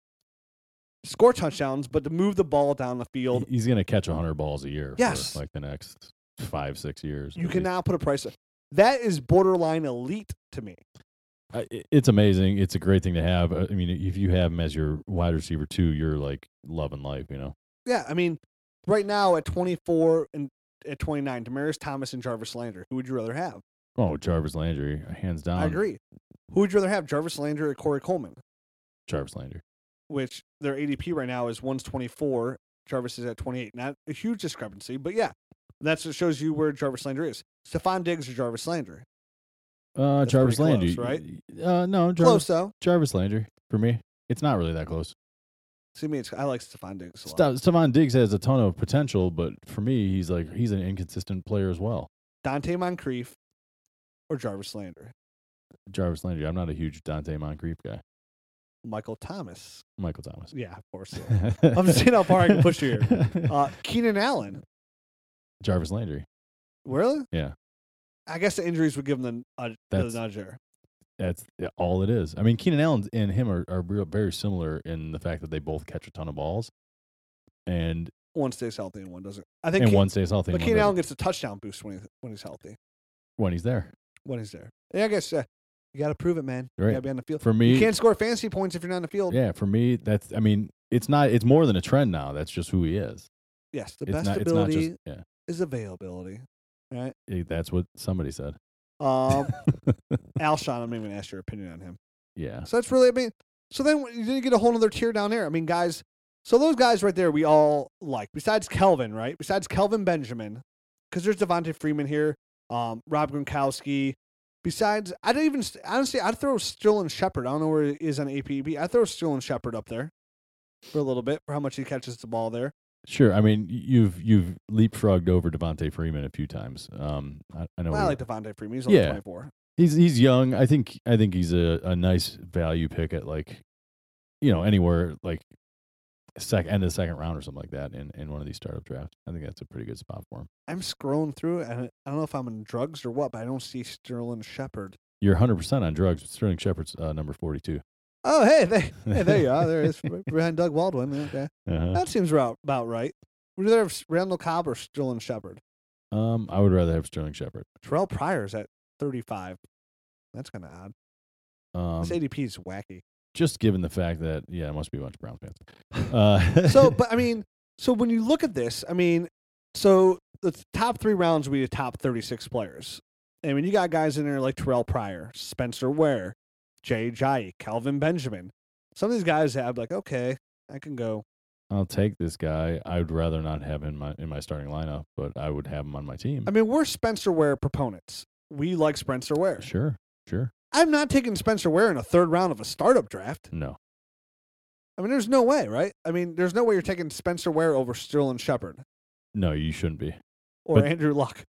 [SPEAKER 2] score touchdowns, but to move the ball down the field.
[SPEAKER 3] He- He's gonna catch 100 balls a year.
[SPEAKER 2] Yes.
[SPEAKER 3] For, like the next five six years.
[SPEAKER 2] You
[SPEAKER 3] at
[SPEAKER 2] can
[SPEAKER 3] least.
[SPEAKER 2] now put a price. That is borderline elite to me.
[SPEAKER 3] I- i- it's amazing. It's a great thing to have. I I mean, if you have him as your wide receiver too, you're like loving life, you know.
[SPEAKER 2] Yeah, I mean, right now at 24 and at 29, Damaris Thomas and Jarvis Landry. Who would you rather have?
[SPEAKER 3] Oh, Jarvis Landry, hands down.
[SPEAKER 2] I agree. Um, Who would you rather have, Jarvis Landry or Corey Coleman?
[SPEAKER 3] Jarvis Landry.
[SPEAKER 2] Which their ADP right now is one's 24, Jarvis is at 28. Not a huge discrepancy, but yeah, that's what shows you where Jarvis Landry is. Stephon Diggs or Jarvis Landry?
[SPEAKER 3] Uh,
[SPEAKER 2] That's
[SPEAKER 3] Jarvis
[SPEAKER 2] pretty
[SPEAKER 3] Landry,
[SPEAKER 2] close, right?
[SPEAKER 3] Uh, no, Jarvis,
[SPEAKER 2] Close though.
[SPEAKER 3] Jarvis Landry for me. It's not really that close.
[SPEAKER 2] See me, it's, I like Stephon Diggs a lot.
[SPEAKER 3] Sta- Stephon Diggs has a ton of potential, but for me, he's like he's an inconsistent player as well.
[SPEAKER 2] Dante Moncrief or Jarvis Landry?
[SPEAKER 3] Jarvis Landry. I'm not a huge Dante Moncrief guy.
[SPEAKER 2] Michael Thomas.
[SPEAKER 3] Michael Thomas.
[SPEAKER 2] Yeah, of course.
[SPEAKER 3] I'm
[SPEAKER 2] just seeing how far I can push you Uh, Keenan Allen.
[SPEAKER 3] Jarvis Landry.
[SPEAKER 2] Really?
[SPEAKER 3] Yeah.
[SPEAKER 2] I guess the injuries would give him the, uh, the
[SPEAKER 3] That's-
[SPEAKER 2] nudge there.
[SPEAKER 3] That's all it is. I mean, Keenan Allen and him are, are real, very similar in the fact that they both catch a ton of balls, and
[SPEAKER 2] One stays healthy and one doesn't. I think.
[SPEAKER 3] and
[SPEAKER 2] Ke-
[SPEAKER 3] one stays healthy.
[SPEAKER 2] but
[SPEAKER 3] and one
[SPEAKER 2] Keenan Allen
[SPEAKER 3] doesn't
[SPEAKER 2] gets a touchdown boost when he's when he's healthy.
[SPEAKER 3] when he's there.
[SPEAKER 2] When he's there. Yeah, I guess uh, you got to prove it, man. You
[SPEAKER 3] Right.
[SPEAKER 2] got to be on the field.
[SPEAKER 3] For me,
[SPEAKER 2] you can't score fantasy points if you're not on the field.
[SPEAKER 3] yeah, for me, that's. I mean, it's not. It's more than a trend now. That's just who he is.
[SPEAKER 2] Yes, the
[SPEAKER 3] it's
[SPEAKER 2] best
[SPEAKER 3] not.
[SPEAKER 2] ability
[SPEAKER 3] It's not just.
[SPEAKER 2] is availability. All right.
[SPEAKER 3] Yeah, it- that's what somebody said.
[SPEAKER 2] Um, Alshon, I'm not even ask your opinion on him.
[SPEAKER 3] yeah,
[SPEAKER 2] So that's really, I mean, so then you didn't get a whole other tier down there. I mean, guys, so those guys right there, we all like, besides Kelvin, right? Besides Kelvin Benjamin, because there's Devontae Freeman here, um, Rob Gronkowski. Besides, I don't even, honestly, I'd throw Sterling Shepard. I don't know where it is on APB. I'd throw Sterling Shepard up there for a little bit for how much he catches the ball there.
[SPEAKER 3] sure. I mean, y- you've you've leapfrogged over Devontae Freeman a few times. Um, I, I know.
[SPEAKER 2] Well, I
[SPEAKER 3] we-
[SPEAKER 2] like Devontae Freeman. He's only
[SPEAKER 3] Yeah.
[SPEAKER 2] 24.
[SPEAKER 3] He's he's young. I think I think he's a, a nice value pick at like, you know, anywhere like sec end of the second round or something like that in, in one of these startup drafts. I think that's a pretty good spot for him.
[SPEAKER 2] I'm scrolling through, and I don't know if I'm on drugs or what, but I don't see Sterling Shepard.
[SPEAKER 3] You're 100 percent on drugs. but Sterling Shepard's uh, number 42.
[SPEAKER 2] Oh, hey, they, hey, there you are. There it is right behind Doug Baldwin. Okay.
[SPEAKER 3] Uh-huh.
[SPEAKER 2] That seems about, about right. Would you rather have S- Randall Cobb or Sterling Shepard?
[SPEAKER 3] Um, I would rather have Sterling Shepard.
[SPEAKER 2] Terrell Pryor's at 35. That's kind of odd.
[SPEAKER 3] Um,
[SPEAKER 2] this ADP is wacky.
[SPEAKER 3] just given the fact that yeah, it must be a bunch of Browns fans. Uh,
[SPEAKER 2] So, but I mean, so when you look at this, I mean, so the th- top three rounds would be the top 36 players. I mean, you got guys in there like Terrell Pryor, Spencer Ware, Jay Jai, Calvin Benjamin. Some of these guys have like, okay, I can go.
[SPEAKER 3] I'll take this guy. I would rather not have him in my in my starting lineup, but I would have him on my team.
[SPEAKER 2] I mean, we're Spencer Ware proponents. We like Spencer Ware.
[SPEAKER 3] sure, sure.
[SPEAKER 2] I'm not taking Spencer Ware in a third round of a startup draft.
[SPEAKER 3] No,
[SPEAKER 2] I mean, there's no way, right? I mean, there's no way you're taking Spencer Ware over Sterling Shepard
[SPEAKER 3] no, you shouldn't be.
[SPEAKER 2] or
[SPEAKER 3] But-
[SPEAKER 2] Andrew Luck.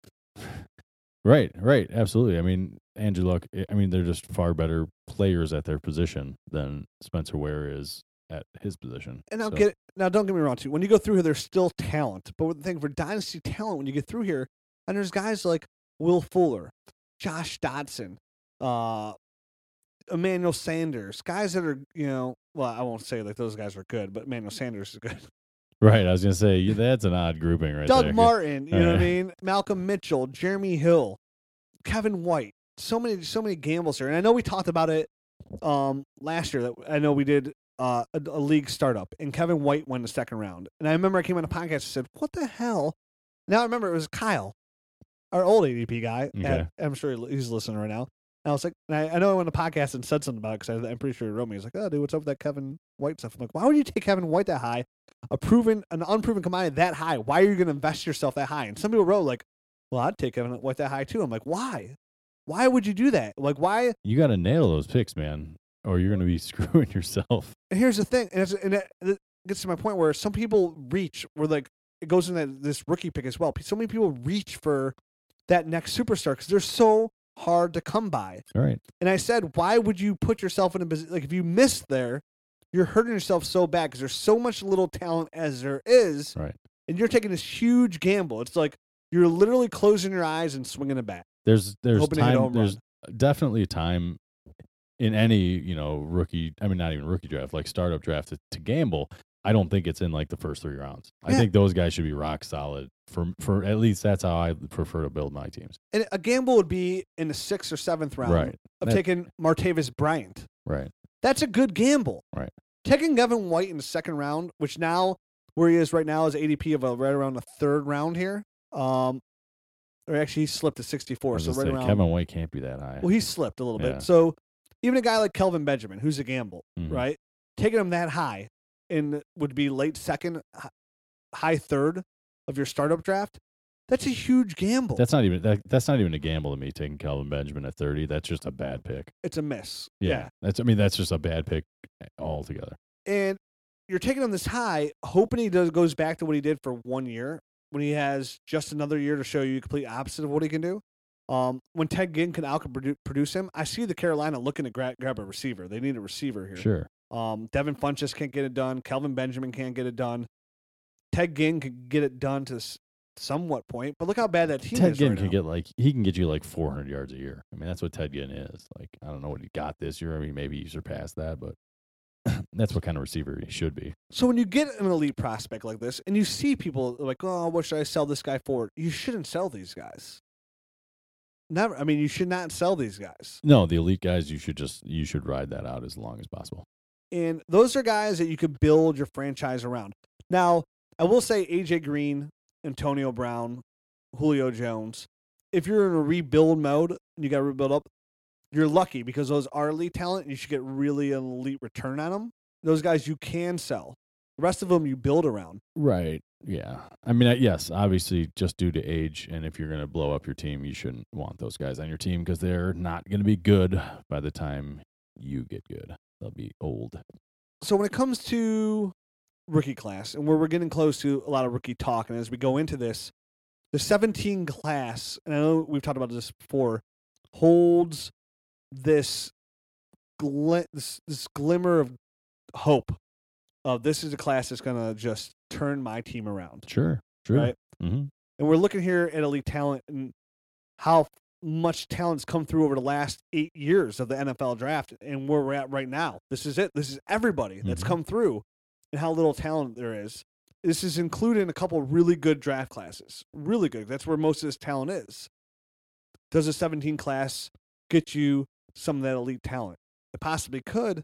[SPEAKER 3] Right, right, absolutely. I mean, Andrew Luck. I- I mean, they're just far better players at their position than Spencer Ware is at his position.
[SPEAKER 2] And I'll
[SPEAKER 3] So,
[SPEAKER 2] get now. Don't get me wrong, too. When you go through here, there's still talent, but the thing for dynasty talent, when you get through here, and there's guys like Will Fuller, Josh Dodson, uh, Emmanuel Sanders, guys that are you know, well, I won't say like those guys are good, but Emmanuel Sanders is good.
[SPEAKER 3] right. I was gonna say you- that's an odd grouping, right
[SPEAKER 2] Doug
[SPEAKER 3] there.
[SPEAKER 2] Martin, you know what I
[SPEAKER 3] Uh.
[SPEAKER 2] mean? Malcolm Mitchell, Jeremy Hill, Kevin White. So many, so many gambles here. And I know we talked about it um, last year. That I know we did uh, a, a league startup, and Kevin White won the second round. And I remember I came on a podcast and said, "What the hell?" Now I remember it was Kyle, our old ADP guy. and
[SPEAKER 3] Okay.
[SPEAKER 2] I'm sure he- he's listening right now. And I was like, and I, I know I went on a podcast and said something about it because I'm pretty sure he wrote me. He's like, "Oh, dude, what's up with that Kevin White stuff?" I'm like, "Why would you take Kevin White that high? a proven an unproven commodity that high. Why are you going to invest yourself that high? And some people wrote like, "Well, I'd take Kevin White that high too." I'm like, "Why? Why would you do that? Like, why?"
[SPEAKER 3] You got to nail those picks, man, or you're gonna be screwing yourself.
[SPEAKER 2] And here's the thing, and, it's, and it, it gets to my point where some people reach where like it goes in that this rookie pick as well. So many people reach for that next superstar because they're so hard to come by.
[SPEAKER 3] All right.
[SPEAKER 2] And I said, why would you put yourself in a position like if you miss there, you're hurting yourself so bad because there's so much little talent as there is,
[SPEAKER 3] Right.
[SPEAKER 2] and you're taking this huge gamble. It's like you're literally closing your eyes and swinging a bat.
[SPEAKER 3] There's there's
[SPEAKER 2] Hoping to hit a
[SPEAKER 3] time.
[SPEAKER 2] home
[SPEAKER 3] There's definitely a time in any you know rookie. I mean, not even rookie draft, like startup draft to, to gamble. I don't think it's in like the first three rounds. I
[SPEAKER 2] Yeah.
[SPEAKER 3] think those guys should be rock solid for for at least that's how I prefer to build my teams.
[SPEAKER 2] And a gamble would be in the sixth or seventh round
[SPEAKER 3] Right.
[SPEAKER 2] of
[SPEAKER 3] That-
[SPEAKER 2] taking Martavis Bryant.
[SPEAKER 3] Right.
[SPEAKER 2] That's a good gamble.
[SPEAKER 3] Right.
[SPEAKER 2] Taking Gavin White in the second round, which now where he is right now is ADP of a, right around the third round here. Um, or actually he slipped to 64,
[SPEAKER 3] I was
[SPEAKER 2] so
[SPEAKER 3] just
[SPEAKER 2] right
[SPEAKER 3] saying,
[SPEAKER 2] around.
[SPEAKER 3] Kevin White can't be that high.
[SPEAKER 2] Well, he slipped a little
[SPEAKER 3] Yeah.
[SPEAKER 2] bit. So even a guy like Kelvin Benjamin, who's a gamble,
[SPEAKER 3] Mhm.
[SPEAKER 2] right? Taking him that high in would be late second, hi- high third of your startup draft. That's a huge gamble.
[SPEAKER 3] That's not even that, that's not even a gamble to me taking Calvin Benjamin at 30. That's just a bad pick.
[SPEAKER 2] it's a miss.
[SPEAKER 3] Yeah. That's I mean that's just a bad pick altogether.
[SPEAKER 2] and you're taking him this high, hoping he does goes back to what he did for one year when he has just another year to show you complete opposite of what he can do. Um, when Ted Ginn can outproduce produce him, I see the Carolina looking to gra- grab a receiver. They need a receiver here.
[SPEAKER 3] Sure.
[SPEAKER 2] Um, Devin Funches can't get it done. Kelvin Benjamin can't get it done. Ted Ginn could get it done to s- somewhat point, but look how bad that team
[SPEAKER 3] Ted
[SPEAKER 2] is
[SPEAKER 3] Ginn
[SPEAKER 2] right
[SPEAKER 3] can
[SPEAKER 2] now.
[SPEAKER 3] get like he can get you like 400 yards a year. I mean that's what Ted Ginn is. Like I don't know what he got this year. I mean maybe he surpassed that, but that's what kind of receiver he should be.
[SPEAKER 2] So when you get an elite prospect like this, and you see people like, "Oh, what should I sell this guy for?" You shouldn't sell these guys. Never. I mean, you should not sell these guys.
[SPEAKER 3] No, the elite guys you should just you should ride that out as long as possible.
[SPEAKER 2] And those are guys that you could build your franchise around. Now, I will say AJ Green, Antonio Brown, Julio Jones. If you're in a rebuild mode and you got to rebuild up, you're lucky because those are elite talent. And you should get really an elite return on them. Those guys you can sell. The rest of them you build around.
[SPEAKER 3] Right. Yeah. I mean, I- yes, obviously, just due to age, and if you're going to blow up your team, you shouldn't want those guys on your team because they're not going to be good by the time you get good. They'll be old.
[SPEAKER 2] so when it comes to rookie class and where we're getting close to a lot of rookie talk and as we go into this the 17 class and i know we've talked about this before holds this gl- this, this glimmer of hope of this is a class that's going to just turn my team around
[SPEAKER 3] Sure. Sure.
[SPEAKER 2] Right.
[SPEAKER 3] Mm-hmm.
[SPEAKER 2] and we're looking here at elite talent and how much talent's come through over the last eight years of the NFL draft and where we're at right now. This is it. This is everybody that's
[SPEAKER 3] Mhm.
[SPEAKER 2] come through and how little talent there is. This is including a couple really good draft classes. Really good. That's where most of this talent is. Does a 17 class get you some of that elite talent? It possibly could.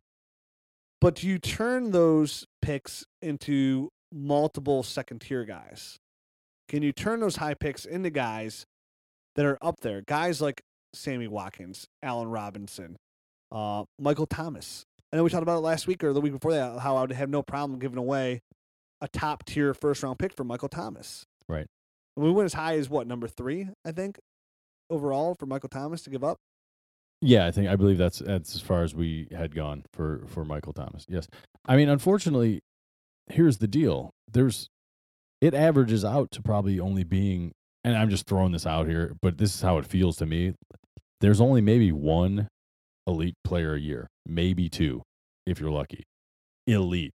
[SPEAKER 2] But do you turn those picks into multiple second tier guys? Can you turn those high picks into guys that are up there? Guys like Sammy Watkins, Allen Robinson, uh, Michael Thomas. I know we talked about it last week or the week before that, how I would have no problem giving away a top tier first round pick for Michael Thomas.
[SPEAKER 3] Right.
[SPEAKER 2] And we went as high as what, number three, I think, overall for Michael Thomas to give up.
[SPEAKER 3] Yeah, I think I believe that's that's as far as we had gone for for Michael Thomas. Yes. I mean, unfortunately, here's the deal. There's it averages out to probably only being and I'm just throwing this out here, but this is how it feels to me. There's only maybe one elite player a year, maybe two if you're lucky. Elite.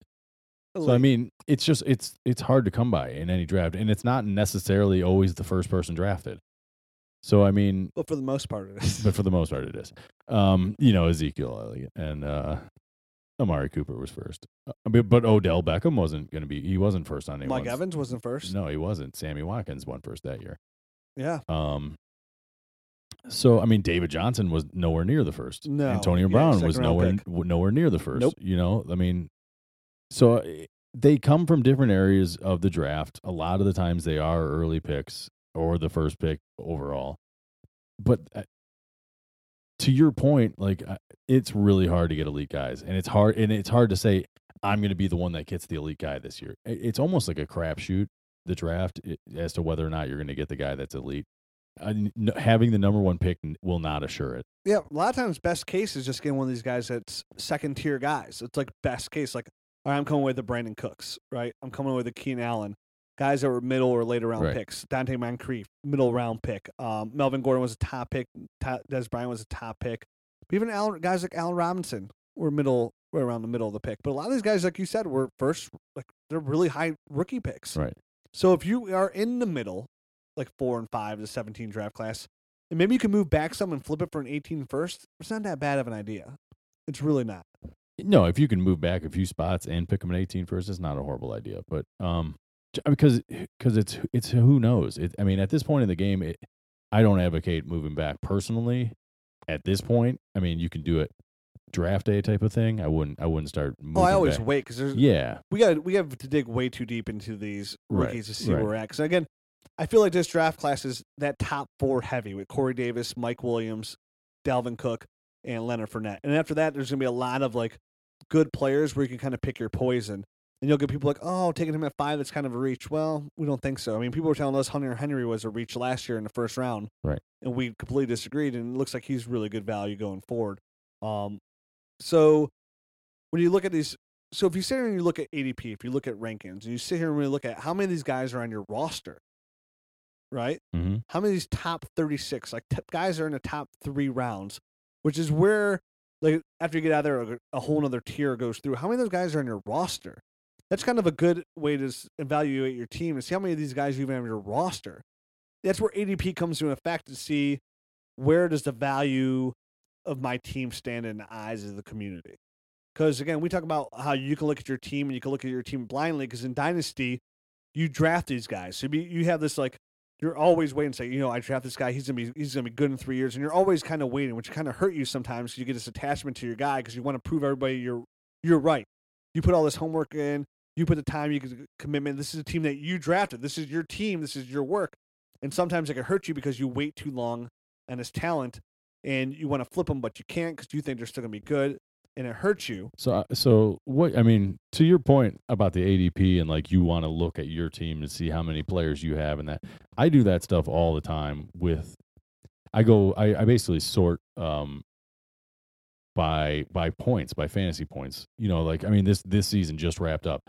[SPEAKER 3] So I mean, it's just it's it's hard to come by in any draft and it's not necessarily always the first person drafted. So I mean,
[SPEAKER 2] but for the most part, it is.
[SPEAKER 3] but for the most part, it is. Um, you know, Ezekiel Elliott and uh, Amari Cooper was first, Uh, but, but Odell Beckham wasn't going to be. He wasn't first on anyone's.
[SPEAKER 2] Mike Evans wasn't first.
[SPEAKER 3] No, he wasn't. Sammy Watkins won first that year.
[SPEAKER 2] Yeah.
[SPEAKER 3] Um, so I mean, David Johnson was nowhere near the first.
[SPEAKER 2] No.
[SPEAKER 3] Antonio
[SPEAKER 2] Yeah,
[SPEAKER 3] Brown
[SPEAKER 2] second
[SPEAKER 3] was
[SPEAKER 2] round
[SPEAKER 3] nowhere
[SPEAKER 2] pick.
[SPEAKER 3] w- nowhere near the first.
[SPEAKER 2] Nope.
[SPEAKER 3] You know, I mean, so eh, they come from different areas of the draft. A lot of the times, they are early picks or the first pick overall. But uh, to your point, like I- it's really hard to get elite guys, and it's hard and it's hard to say I'm going to be the one that gets the elite guy this year. I- It's almost like a crapshoot the draft i- as to whether or not you're going to get the guy that's elite. Uh, n- n- having the number one pick n- will not assure it.
[SPEAKER 2] Yeah, a lot of times best case is just getting one of these guys that's second tier guys. It's like best case, like all right, I'm coming with the Brandon Cooks, right? I'm coming with the Keen Allen, guys that were middle or later round
[SPEAKER 3] Right.
[SPEAKER 2] picks. Dante Moncrief, middle round pick. Um, Melvin Gordon was a top pick. Ta Des Bryant was a top pick. But even Allen, guys like Allen Robinson were middle, were around the middle of the pick. But a lot of these guys, like you said, were first, like they're really high rookie picks.
[SPEAKER 3] Right.
[SPEAKER 2] So if you are in the middle, like four and five to 17 draft class, and maybe you can move back some and flip it for an 18 first, it's not that bad of an idea. It's really not.
[SPEAKER 3] No, if you can move back a few spots and pick him at 18 first, it's not a horrible idea. But um, J- because because it's it's who knows. It, I mean, at this point in the game, it, I don't advocate moving back personally. At this point, I mean, you can do it draft day type of thing. I wouldn't I wouldn't start. Moving
[SPEAKER 2] Oh, I always
[SPEAKER 3] back.
[SPEAKER 2] wait because there's
[SPEAKER 3] yeah
[SPEAKER 2] we got we have to dig way too deep into these
[SPEAKER 3] Right,
[SPEAKER 2] rookies to see
[SPEAKER 3] right.
[SPEAKER 2] where we're at. Because again, I feel like this draft class is that top four heavy with Corey Davis, Mike Williams, Dalvin Cook, and Leonard Fournette. And after that, there's gonna be a lot of like good players where you can kind of pick your poison. And you'll get people like, oh, taking him at five, that's kind of a reach. Well, we don't think so. I mean, people were telling us Hunter Henry was a reach last year in the first round.
[SPEAKER 3] Right.
[SPEAKER 2] And we completely disagreed. And it looks like he's really good value going forward. Um, so when you look at these so if you sit here and you look at ADP, if you look at rankings, and you sit here and we look at how many of these guys are on your roster, right?
[SPEAKER 3] hmm
[SPEAKER 2] How many of these top 36, like t- guys are in the top three rounds, which is where, like, after you get out of there, a, a whole other tier goes through. How many of those guys are on your roster? That's kind of a good way to s- evaluate your team and see how many of these guys you even have on your roster. That's where ADP comes into effect to see where does the value of my team stand in the eyes of the community. Because again, we talk about how you can look at your team and you can look at your team blindly. Because in Dynasty, you draft these guys, so you be- you have this like you're always waiting. Say, you know, I draft this guy. He's gonna be he's gonna be good in three years, and you're always kind of waiting, which kind of hurt you sometimes. 'cause You get this attachment to your guy because you want to prove everybody you're you're right. You put all this homework in. You put the time. You c- commitment. This is a team that you drafted. This is your team. This is your work. And sometimes it can hurt you because you wait too long on this talent, and you want to flip them, but you can't because you think they're still gonna be good, and it hurts you.
[SPEAKER 3] So I- so what I mean to your point about the ADP and like you want to look at your team and see how many players you have and that I do that stuff all the time with I go I, I basically sort um by by points by fantasy points you know like I mean this this season just wrapped up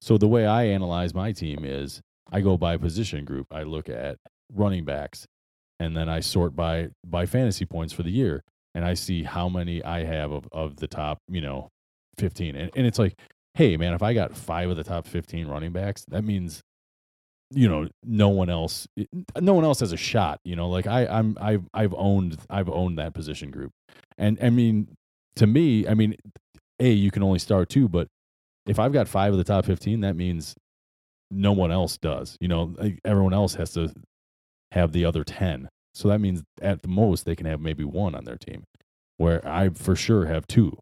[SPEAKER 3] so the way I analyze my team is I go by position group I look at running backs and then I sort by by fantasy points for the year and I see how many I have of, of the top you know 15 and, and it's like hey man if i got five of the top 15 running backs that means you know no one else no one else has a shot you know like i i'm i've i've owned i've owned that position group and i mean to me i mean a you can only start two but if i've got five of the top 15 that means no one else does you know like, everyone else has to have the other 10 so that means at the most they can have maybe one on their team where i for sure have two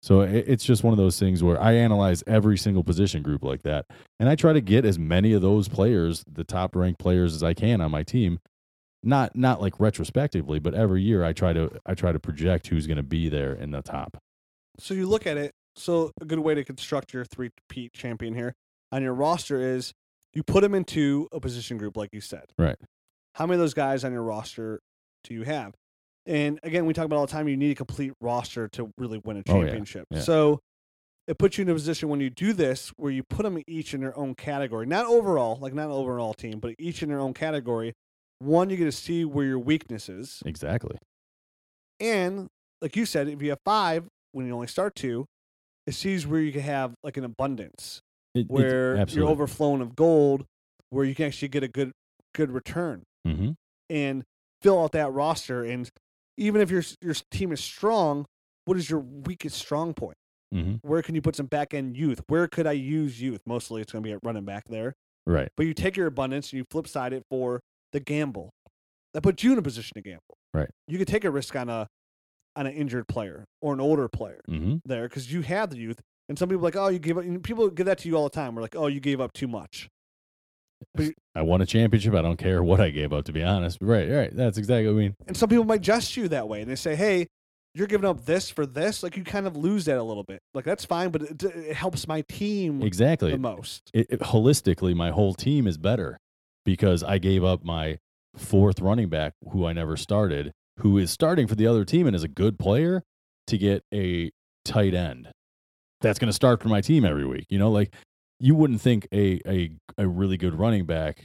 [SPEAKER 3] so it, it's just one of those things where I analyze every single position group like that, and I try to get as many of those players, the top ranked players, as I can on my team. Not not like retrospectively, but every year I try to I try to project who's going to be there in the top.
[SPEAKER 2] So you look at it. So a good way to construct your three P champion here on your roster is you put them into a position group, like you said.
[SPEAKER 3] Right.
[SPEAKER 2] How many of those guys on your roster do you have? And again, we talk about all the time. You need a complete roster to really win a
[SPEAKER 3] Oh, yeah,
[SPEAKER 2] championship.
[SPEAKER 3] yeah.
[SPEAKER 2] So it puts you in a position when you do this where you put them each in their own category, not overall, like not an overall team, but each in their own category. One, you get to see where your weakness is.
[SPEAKER 3] Exactly.
[SPEAKER 2] And like you said, if you have five, when you only start two, it sees where you can have like an abundance
[SPEAKER 3] It- it's-
[SPEAKER 2] where you're
[SPEAKER 3] E, absolutely.
[SPEAKER 2] overflowing of gold, where you can actually get a good good return
[SPEAKER 3] Mhm.
[SPEAKER 2] and fill out that roster. And even if your s- your s- team is strong, what is your weakest strong point?
[SPEAKER 3] Mhm.
[SPEAKER 2] Where can you put some back end youth? Where could I use youth? Mostly, it's going to be at running back there.
[SPEAKER 3] Right.
[SPEAKER 2] But you take your abundance and you flip side it for the gamble. That puts you in a position to gamble.
[SPEAKER 3] Right.
[SPEAKER 2] You could take a risk on a on an injured player or an older player
[SPEAKER 3] hmm
[SPEAKER 2] there because you have the youth. And some people are like, oh, you gave up. and people give that to you all the time. We're like, oh, you gave up too much.
[SPEAKER 3] I won a championship. I don't care what I gave up. To be honest, right, right. That's exactly. what I mean,
[SPEAKER 2] And some people might jest you that way, and they say, hey, you're giving up this for this. Like you kind of lose that a little bit. Like that's fine, but it, it helps my team
[SPEAKER 3] exactly.
[SPEAKER 2] the most.
[SPEAKER 3] it, it- holistically, my whole team is better because I gave up my fourth running back who I never started, who is starting for the other team and is a good player to get a tight end that's going to start for my team every week. You know, like you wouldn't think a, a, a really good running back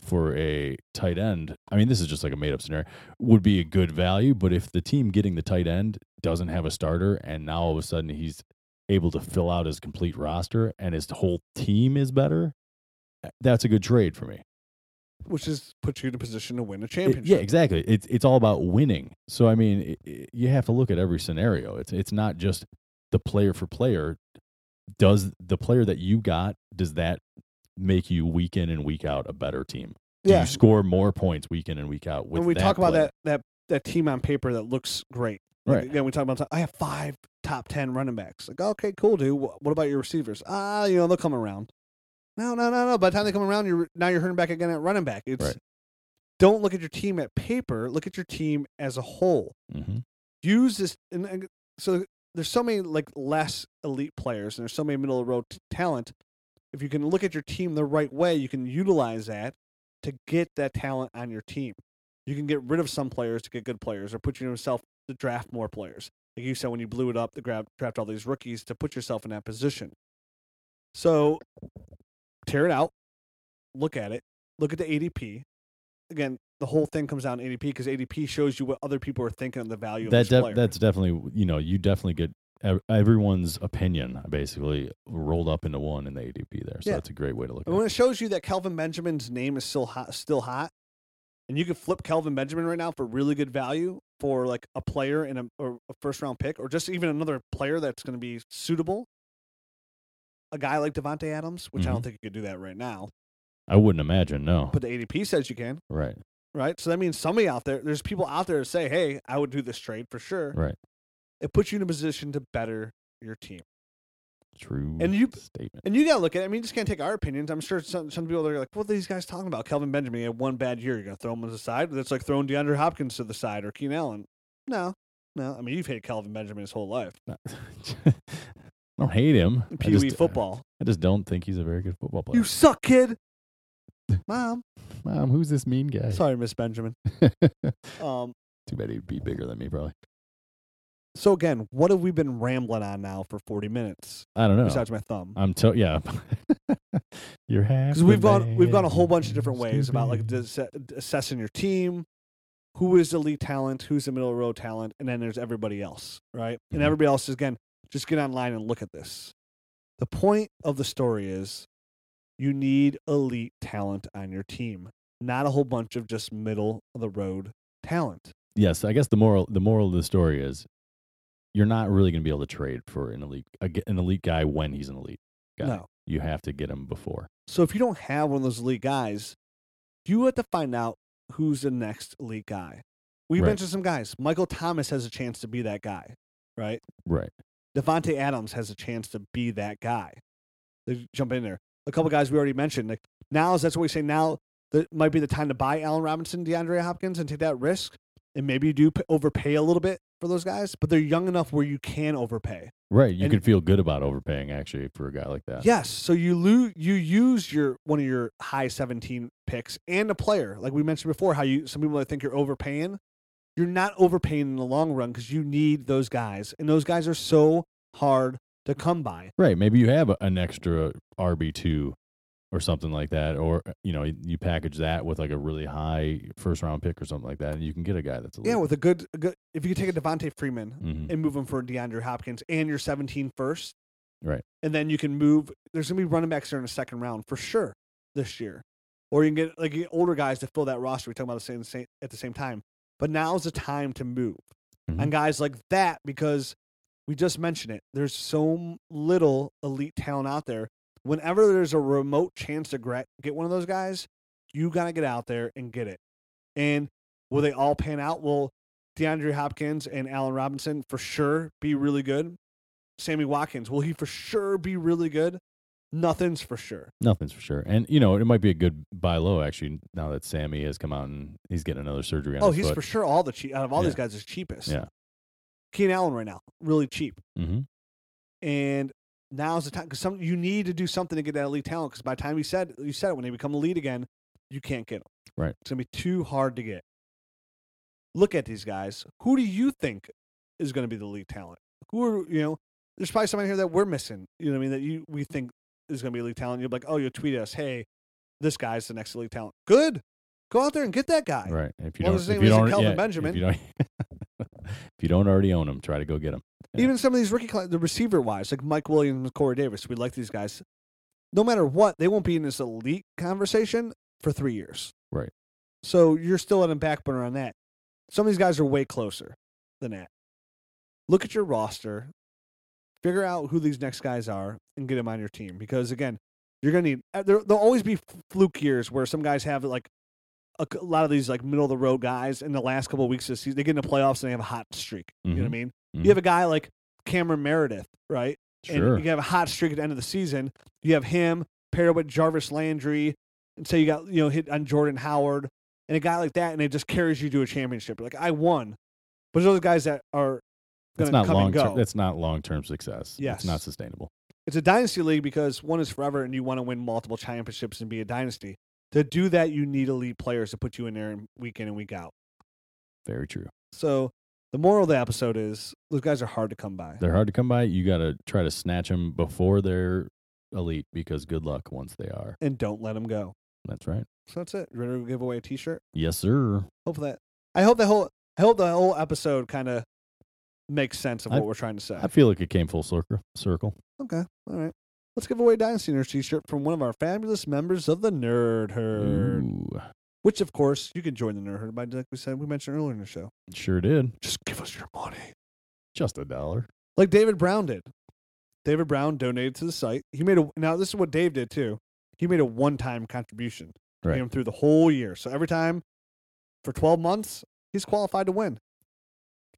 [SPEAKER 3] for a tight end, I mean, this is just like a made up scenario, would be a good value. But if the team getting the tight end doesn't have a starter and now all of a sudden he's able to fill out his complete roster and his whole team is better, eh, that's a good trade for me.
[SPEAKER 2] Which is puts you in a position to win a
[SPEAKER 3] It-
[SPEAKER 2] championship.
[SPEAKER 3] yeah, exactly. It's it's all about winning. So I mean, i i you have to look at every scenario. It's it's not just the player for player. Does the player that you got does that make you week in and week out a better team. Do
[SPEAKER 2] Yeah.
[SPEAKER 3] you score more points week in and week out with
[SPEAKER 2] When we
[SPEAKER 3] that
[SPEAKER 2] talk about
[SPEAKER 3] player?
[SPEAKER 2] that, that that team on paper that looks great. Like,
[SPEAKER 3] Right.
[SPEAKER 2] Then we talk about I have five top ten running backs. Like, okay, cool, dude. Wh- What about your receivers? Ah, you know they'll come around. No, no, no, no. By the time they come around, you're now you're hurting back again at running back. It's
[SPEAKER 3] Right.
[SPEAKER 2] don't look at your team at paper. Look at your team as a whole.
[SPEAKER 3] Mhm.
[SPEAKER 2] Use this, and, and so there's so many like less elite players, and there's so many middle of the road t- talent. If you can look at your team the right way, you can utilize that to get that talent on your team. You can get rid of some players to get good players, or put yourself to draft more players. Like you said, when you blew it up, to grab draft all these rookies to put yourself in that position. So tear it out, look at it, look at the ADP. Again, the whole thing comes down to ADP because ADP shows you what other people are thinking of the value of
[SPEAKER 3] That
[SPEAKER 2] this
[SPEAKER 3] def-
[SPEAKER 2] player.
[SPEAKER 3] that's definitely you know you definitely get ev- everyone's opinion basically rolled up into one in the ADP there. So
[SPEAKER 2] Yeah.
[SPEAKER 3] that's a great way to look
[SPEAKER 2] And
[SPEAKER 3] at.
[SPEAKER 2] when
[SPEAKER 3] it.
[SPEAKER 2] it shows you that Kelvin Benjamin's name is still hot, still hot, and you can flip Kelvin Benjamin right now for really good value for like a player in a, or a first round pick, or just even another player that's going to be suitable. A guy like Devonte Adams, which I don't think you could do that right now,
[SPEAKER 3] I wouldn't imagine no.
[SPEAKER 2] but the ADP says you can,
[SPEAKER 3] right.
[SPEAKER 2] right? So that means somebody out there, there's people out there to say, "Hey, I would do this trade for sure."
[SPEAKER 3] Right.
[SPEAKER 2] It puts you in a position to better your team.
[SPEAKER 3] True.
[SPEAKER 2] And you-
[SPEAKER 3] statement.
[SPEAKER 2] And you gotta look at. it. I mean, you just can't take our opinions. I'm sure some some people are like, "What are these guys talking about?" Kelvin Benjamin he had one bad year. You're gonna throw him to the side. That's like throwing DeAndre Hopkins to the side or Keenan Allen. No, no. I mean, you've hated Kelvin Benjamin his whole life.
[SPEAKER 3] I don't hate him. I
[SPEAKER 2] Pee Wee
[SPEAKER 3] just- uh,
[SPEAKER 2] football.
[SPEAKER 3] I just don't think he's a very good football player.
[SPEAKER 2] You suck, kid. Mom,
[SPEAKER 3] Mom, who's this mean guy?
[SPEAKER 2] sorry, Miss Benjamin.
[SPEAKER 3] Too
[SPEAKER 2] Um.
[SPEAKER 3] bad he'd be bigger than me, probably.
[SPEAKER 2] So again, what have we been rambling on now for 40 minutes?
[SPEAKER 3] I don't know.
[SPEAKER 2] Besides my thumb.
[SPEAKER 3] I'm to yeah. You're half.
[SPEAKER 2] because
[SPEAKER 3] the
[SPEAKER 2] we've gone we've gone a whole
[SPEAKER 3] man
[SPEAKER 2] bunch of different ways about like
[SPEAKER 3] stupid.
[SPEAKER 2] dis- assessing your team, who is elite talent, who's the middle of the road talent, and then there's everybody else, right? And
[SPEAKER 3] Mhm.
[SPEAKER 2] everybody else is again just get online and look at this. The point of the story is you need elite talent on your team, not a whole bunch of just middle of the road talent.
[SPEAKER 3] yes, I guess the moral the moral of the story is you're not really going to be able to trade for an elite a g- an elite guy when he's an elite guy.
[SPEAKER 2] No.
[SPEAKER 3] You have to get him before.
[SPEAKER 2] So if you don't have one of those elite guys, you have to find out who's the next elite guy. We
[SPEAKER 3] Right.
[SPEAKER 2] mentioned some guys. Michael Thomas has a chance to be that guy, right?
[SPEAKER 3] Right.
[SPEAKER 2] Devonte Adams has a chance to be that guy. They jump in there. A couple guys we already mentioned. Like now, is that's what we say. Now that might be the time to buy Allen Robinson, DeAndre Hopkins, and take that risk. And maybe you do p- overpay a little bit for those guys, but they're young enough where you can overpay.
[SPEAKER 3] Right. You
[SPEAKER 2] And-
[SPEAKER 3] can feel good about overpaying actually for a guy like that.
[SPEAKER 2] Yes, so you lose. You use your one of your high seventeen picks and a player, like we mentioned before. How you some people that think you're overpaying, you're not overpaying in the long run because you need those guys, and those guys are so hard to come by.
[SPEAKER 3] Right. Maybe you have a- an extra RB two or something like that, or uh, you know, you package that with like a really high first round pick or something like that, and you can get a guy that's elite.
[SPEAKER 2] Yeah, with a good, a good if you could take a Devontae Freeman
[SPEAKER 3] Mhm.
[SPEAKER 2] and move him for DeAndre Hopkins and your 17 first.
[SPEAKER 3] Right.
[SPEAKER 2] And then you can move, there's going to be running backs there in the second round for sure this year. Or you can get like you get older guys to fill that roster. We're talking about the same, same at the same time. But now's the time to move
[SPEAKER 3] Mhm.
[SPEAKER 2] on guys like that because we just mentioned it. There's so m- little elite talent out there. Whenever there's a remote chance to gra- get one of those guys, you got to get out there and get it. And will they all pan out? Will DeAndre Hopkins and Allen Robinson for sure be really good? Sammy Watkins, will he for sure be really good? Nothing's for sure.
[SPEAKER 3] Nothing's for sure, and you know, it might be a good buy low actually. Now that Sammy has come out and he's getting another surgery on
[SPEAKER 2] Oh,
[SPEAKER 3] his
[SPEAKER 2] he's
[SPEAKER 3] foot.
[SPEAKER 2] for sure all the cheap out of all these
[SPEAKER 3] Yeah.
[SPEAKER 2] guys is cheapest.
[SPEAKER 3] Yeah.
[SPEAKER 2] Keenan Allen right now, really cheap.
[SPEAKER 3] hmm
[SPEAKER 2] and now's the time because some you need to do something to get that elite talent. Because by the time you said you said it, when they become elite again, you can't get them.
[SPEAKER 3] Right.
[SPEAKER 2] it's gonna be too hard to get. Look at these guys. Who do you think is gonna be the elite talent? Who are you know? There's probably someone here that we're missing. You know what I mean? That you we think is gonna be elite talent. You're like, oh, you'll tweet us, hey, this guy's the next elite talent. Good, go out there and get that guy.
[SPEAKER 3] Right. If you
[SPEAKER 2] Well,
[SPEAKER 3] don't,
[SPEAKER 2] his
[SPEAKER 3] if
[SPEAKER 2] name
[SPEAKER 3] you
[SPEAKER 2] isn't
[SPEAKER 3] don't,
[SPEAKER 2] Kelvin
[SPEAKER 3] yeah,
[SPEAKER 2] Benjamin.
[SPEAKER 3] If you, don't, if you don't already own him, try to go get him. Yeah.
[SPEAKER 2] Even some of these rookie, cla- the receiver wise, like Mike Williams and Corey Davis, we like these guys. No matter what, they won't be in this elite conversation for three years.
[SPEAKER 3] Right.
[SPEAKER 2] So you're still on a back burner on that. Some of these guys are way closer than that. Look at your roster, figure out who these next guys are, and get them on your team. Because again, You're gonna need. uh, There, there'll always be fluke years where some guys have like a, c- a lot of these like middle of the road guys in the last couple of weeks of the season. They get in the playoffs and they have a hot streak. You know what I mean? You have a guy like Cameron Meredith, right?
[SPEAKER 3] Sure.
[SPEAKER 2] And you have a hot streak at the end of the season. You have him paired with Jarvis Landry, and so you got you know hit on Jordan Howard and a guy like that, and it just carries you to a championship. Like I won, but those guys that are
[SPEAKER 3] That's
[SPEAKER 2] going
[SPEAKER 3] not
[SPEAKER 2] to come
[SPEAKER 3] long
[SPEAKER 2] and go.
[SPEAKER 3] term. That's not long term success. It's not
[SPEAKER 2] Yes.
[SPEAKER 3] sustainable.
[SPEAKER 2] it's a dynasty league because one is forever, and you want to win multiple championships and be a dynasty. To do that, you need elite players to put you in there week in and week out.
[SPEAKER 3] Very true.
[SPEAKER 2] So the moral of the episode is those guys are hard to come by.
[SPEAKER 3] They're hard to come by. You got to try to snatch them before they're elite because good luck once they are.
[SPEAKER 2] and don't let them go.
[SPEAKER 3] That's right.
[SPEAKER 2] So that's it. You ready to give away a T-shirt?
[SPEAKER 3] Yes, sir.
[SPEAKER 2] Hope that I hope the whole I hope the whole episode kind of makes sense of
[SPEAKER 3] I-
[SPEAKER 2] what we're trying to say.
[SPEAKER 3] I feel like it came full circle. Circle.
[SPEAKER 2] okay, all right. Let's give away a Dynasty Nerds T-shirt from one of our fabulous members of the Nerd Herd,
[SPEAKER 3] Ooh,
[SPEAKER 2] which of course you can join the Nerd Herd by like we said we mentioned earlier in the show.
[SPEAKER 3] sure did.
[SPEAKER 2] Just give us your money,
[SPEAKER 3] Just a dollar.
[SPEAKER 2] like David Brown did. David Brown donated to the site. He made a now this is what Dave did too. He made a one-time contribution.
[SPEAKER 3] Right.
[SPEAKER 2] him through the whole year. So every time for 12 months, he's qualified to win.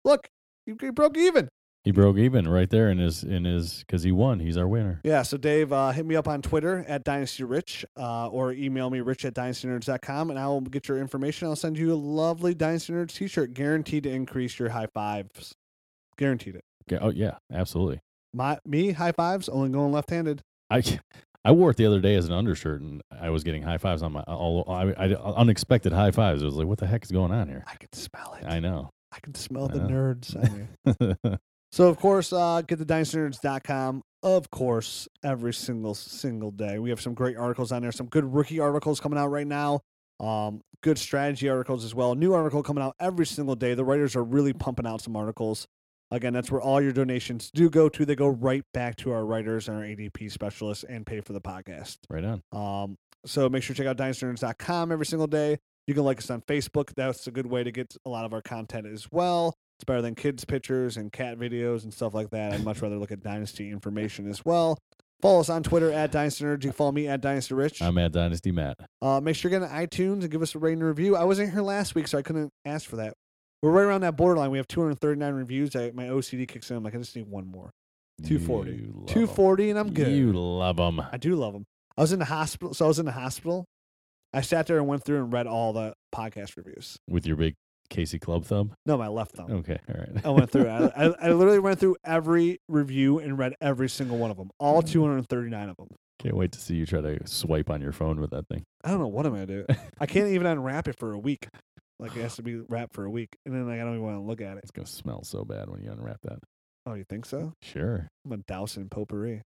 [SPEAKER 2] Look, he, he broke even.
[SPEAKER 3] He broke even right there in his in his because he won. He's our winner.
[SPEAKER 2] Yeah, so Dave, uh, hit me up on Twitter at DynastyRich uh, or email me rich at dynastynerds.com and I will get your information. I'll send you a lovely Dynasty Nerds t shirt guaranteed to increase your high fives. Guaranteed it.
[SPEAKER 3] Okay. Oh yeah, absolutely.
[SPEAKER 2] My Me, high fives, only going left handed.
[SPEAKER 3] I I wore it the other day as an undershirt, and I was getting high fives on my all I, I, unexpected high fives. I was like, what the heck is going on here?
[SPEAKER 2] I can smell it.
[SPEAKER 3] I
[SPEAKER 2] I,
[SPEAKER 3] know.
[SPEAKER 2] can smell
[SPEAKER 3] I
[SPEAKER 2] the
[SPEAKER 3] know.
[SPEAKER 2] nerds on you. So of course, uh, get the dynastynerds.com. Of course, every single single day. We have some great articles on there, some good rookie articles coming out right now. Um, good strategy articles as well. new article coming out every single day. The writers are really pumping out some articles. Again, that's where all your donations do go to. They go right back to our writers and our ADP specialists and pay for the podcast.
[SPEAKER 3] right on.
[SPEAKER 2] Um, so make sure to check out dynastynerds.com every single day. You can like us on Facebook. That's a good way to get a lot of our content as well. It's better than kids' pictures and cat videos and stuff like that. I'd much rather look at Dynasty information as well. Follow us on Twitter at Dynasty Nerds. You can follow me at Dynasty Rich.
[SPEAKER 3] I'm at Dynasty Matt.
[SPEAKER 2] Uh, make sure you get on iTunes and give us a rating and review. I wasn't here last week, so I couldn't ask for that. We're right around that borderline. We have 239 reviews. I, my OCD kicks in. I'm like, I just need one more. 240.
[SPEAKER 3] You love 'em.
[SPEAKER 2] 240, and I'm good.
[SPEAKER 3] You love them.
[SPEAKER 2] I do love them. I was in the hospital, so I was in the hospital. I sat there and went through and read all the podcast reviews.
[SPEAKER 3] With your big Casey Club thumb.
[SPEAKER 2] No, my left thumb.
[SPEAKER 3] Okay. All right.
[SPEAKER 2] I went through. it. I, I, I literally went through every review and read every single one of them, all 239 of them.
[SPEAKER 3] Can't wait to see you try to swipe on your phone with that thing.
[SPEAKER 2] I don't know what I'm gonna do. I can't even unwrap it for a week. Like it has to be wrapped for a week, and then like, I don't even want to look at it.
[SPEAKER 3] It's going to smell so bad when you unwrap that.
[SPEAKER 2] Oh, you think so?
[SPEAKER 3] Sure.
[SPEAKER 2] I'm gonna douse it in potpourri.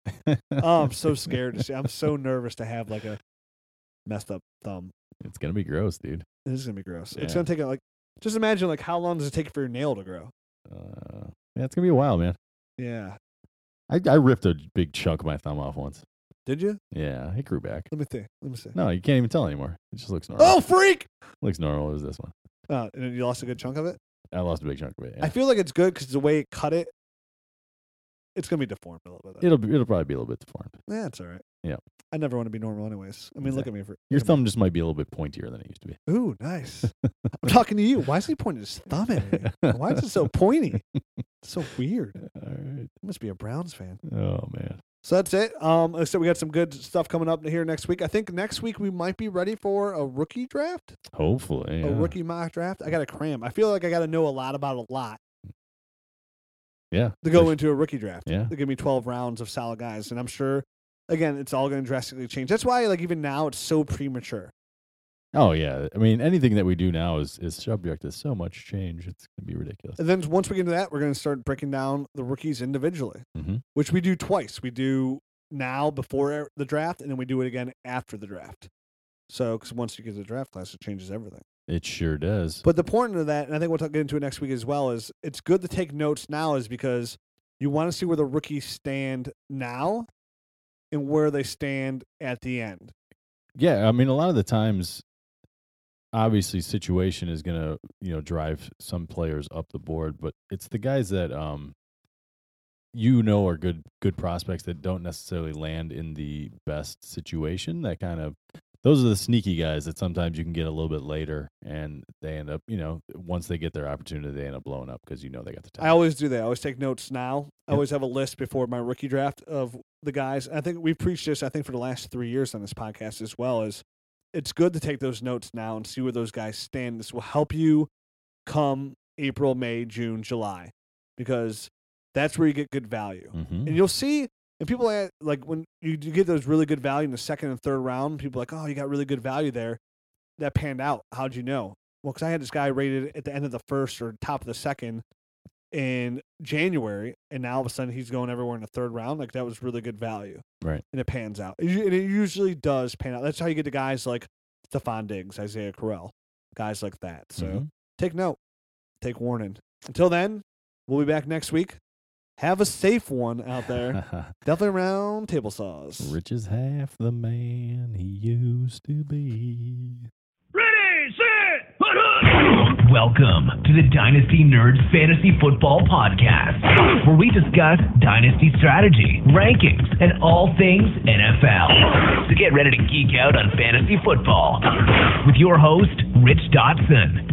[SPEAKER 2] Oh, I'm so scared. To see. I'm so nervous to have like a messed up thumb.
[SPEAKER 3] It's going to be gross, dude.
[SPEAKER 2] This is gonna be gross. It's
[SPEAKER 3] Yeah.
[SPEAKER 2] gonna take like just imagine like how long does it take for your nail to grow?
[SPEAKER 3] Uh, yeah, it's going to be a while, man.
[SPEAKER 2] Yeah.
[SPEAKER 3] I, I ripped a big chunk of my thumb off once.
[SPEAKER 2] Did you?
[SPEAKER 3] Yeah, it grew back.
[SPEAKER 2] Let me think. Let me see.
[SPEAKER 3] No, you can't even tell anymore. It just looks normal.
[SPEAKER 2] Oh, freak!
[SPEAKER 3] Looks normal as this one.
[SPEAKER 2] Oh, and then you lost a good chunk of it.
[SPEAKER 3] I lost a big chunk of it.
[SPEAKER 2] I
[SPEAKER 3] yeah.
[SPEAKER 2] feel like it's good because the way it cut it, it's gonna be deformed a little bit. though.
[SPEAKER 3] It'll be, it'll probably be a little bit deformed.
[SPEAKER 2] yeah, it's all right.
[SPEAKER 3] Yeah.
[SPEAKER 2] I never want to be normal, anyways. I mean, look at me for
[SPEAKER 3] Your
[SPEAKER 2] look at
[SPEAKER 3] thumb just might be a little bit pointier than it used to be.
[SPEAKER 2] me. Ooh, nice. I'm talking to you. Why is he pointing his thumb at me? Why is it so pointy? It's so weird.
[SPEAKER 3] All right.
[SPEAKER 2] I must be a Browns fan.
[SPEAKER 3] Oh man.
[SPEAKER 2] So that's it. Um, like I said we got some good stuff coming up here next week. I think next week we might be ready for a rookie draft,
[SPEAKER 3] Hopefully.
[SPEAKER 2] a
[SPEAKER 3] yeah.
[SPEAKER 2] rookie mock draft. I got to cram. I feel like I got to know a lot about a lot.
[SPEAKER 3] Yeah.
[SPEAKER 2] to
[SPEAKER 3] for
[SPEAKER 2] go
[SPEAKER 3] su-
[SPEAKER 2] into a rookie draft.
[SPEAKER 3] Yeah.
[SPEAKER 2] They give me 12 rounds of solid guys. And I'm sure, again, it's all going to drastically change. That's why, like, even now, it's so premature.
[SPEAKER 3] Oh yeah. I mean, anything that we do now is is subject to so much change. It's gonna be ridiculous.
[SPEAKER 2] And then once we get into that, we're going to start breaking down the rookies individually,
[SPEAKER 3] Mhm.
[SPEAKER 2] which we do twice. We do now before e, the draft, and then we do it again after the draft. So, because once you get to the draft class, it changes everything.
[SPEAKER 3] It sure does.
[SPEAKER 2] But the point of that, and I think we'll talk, get into it next week as well, is it's good to take notes now, is because you want to see where the rookies stand now and where they stand at the end.
[SPEAKER 3] yeah, I mean, a lot of the times, obviously, situation is gonna you know drive some players up the board, but it's the guys that um you know are good good prospects that don't necessarily land in the best situation. That kind of those are the sneaky guys that sometimes you can get a little bit later, and they end up you know once they get their opportunity, they end up blowing up because you know they got the
[SPEAKER 2] I
[SPEAKER 3] talent.
[SPEAKER 2] always do that. I always take notes now. I
[SPEAKER 3] Yep.
[SPEAKER 2] always have a list before my rookie draft of the guys. I think we've preached this. I think for the last three years on this podcast as well is it's good to take those notes now and see where those guys stand. This will help you come April, May, June, July, because that's where you get good value.
[SPEAKER 3] Mhm.
[SPEAKER 2] And you'll see, and people a- like when you, you get those really good value in the second and third round, people are like, oh, you got really good value there. That panned out. How'd you know? Well, because I had this guy rated at the end of the first or top of the second in January, and now all of a sudden he's going everywhere in the third round. Like that was really good value.
[SPEAKER 3] Right.
[SPEAKER 2] And it pans out. It u- And it usually does pan out. That's how you get to guys like Stephon Diggs, Isaiah Correll, guys like that. So
[SPEAKER 3] Mhm.
[SPEAKER 2] take note, take warning. Until then, we'll be back next week. Have a safe one out there. Definitely round table saws.
[SPEAKER 3] mm-hmm. Rich is half the man he used to be.
[SPEAKER 1] Ready, set, put on! Welcome to the Dynasty Nerds Fantasy Football Podcast, where we discuss dynasty strategy, rankings, and all things NFL. So get ready to geek out on fantasy football with your host, Rich Dotson,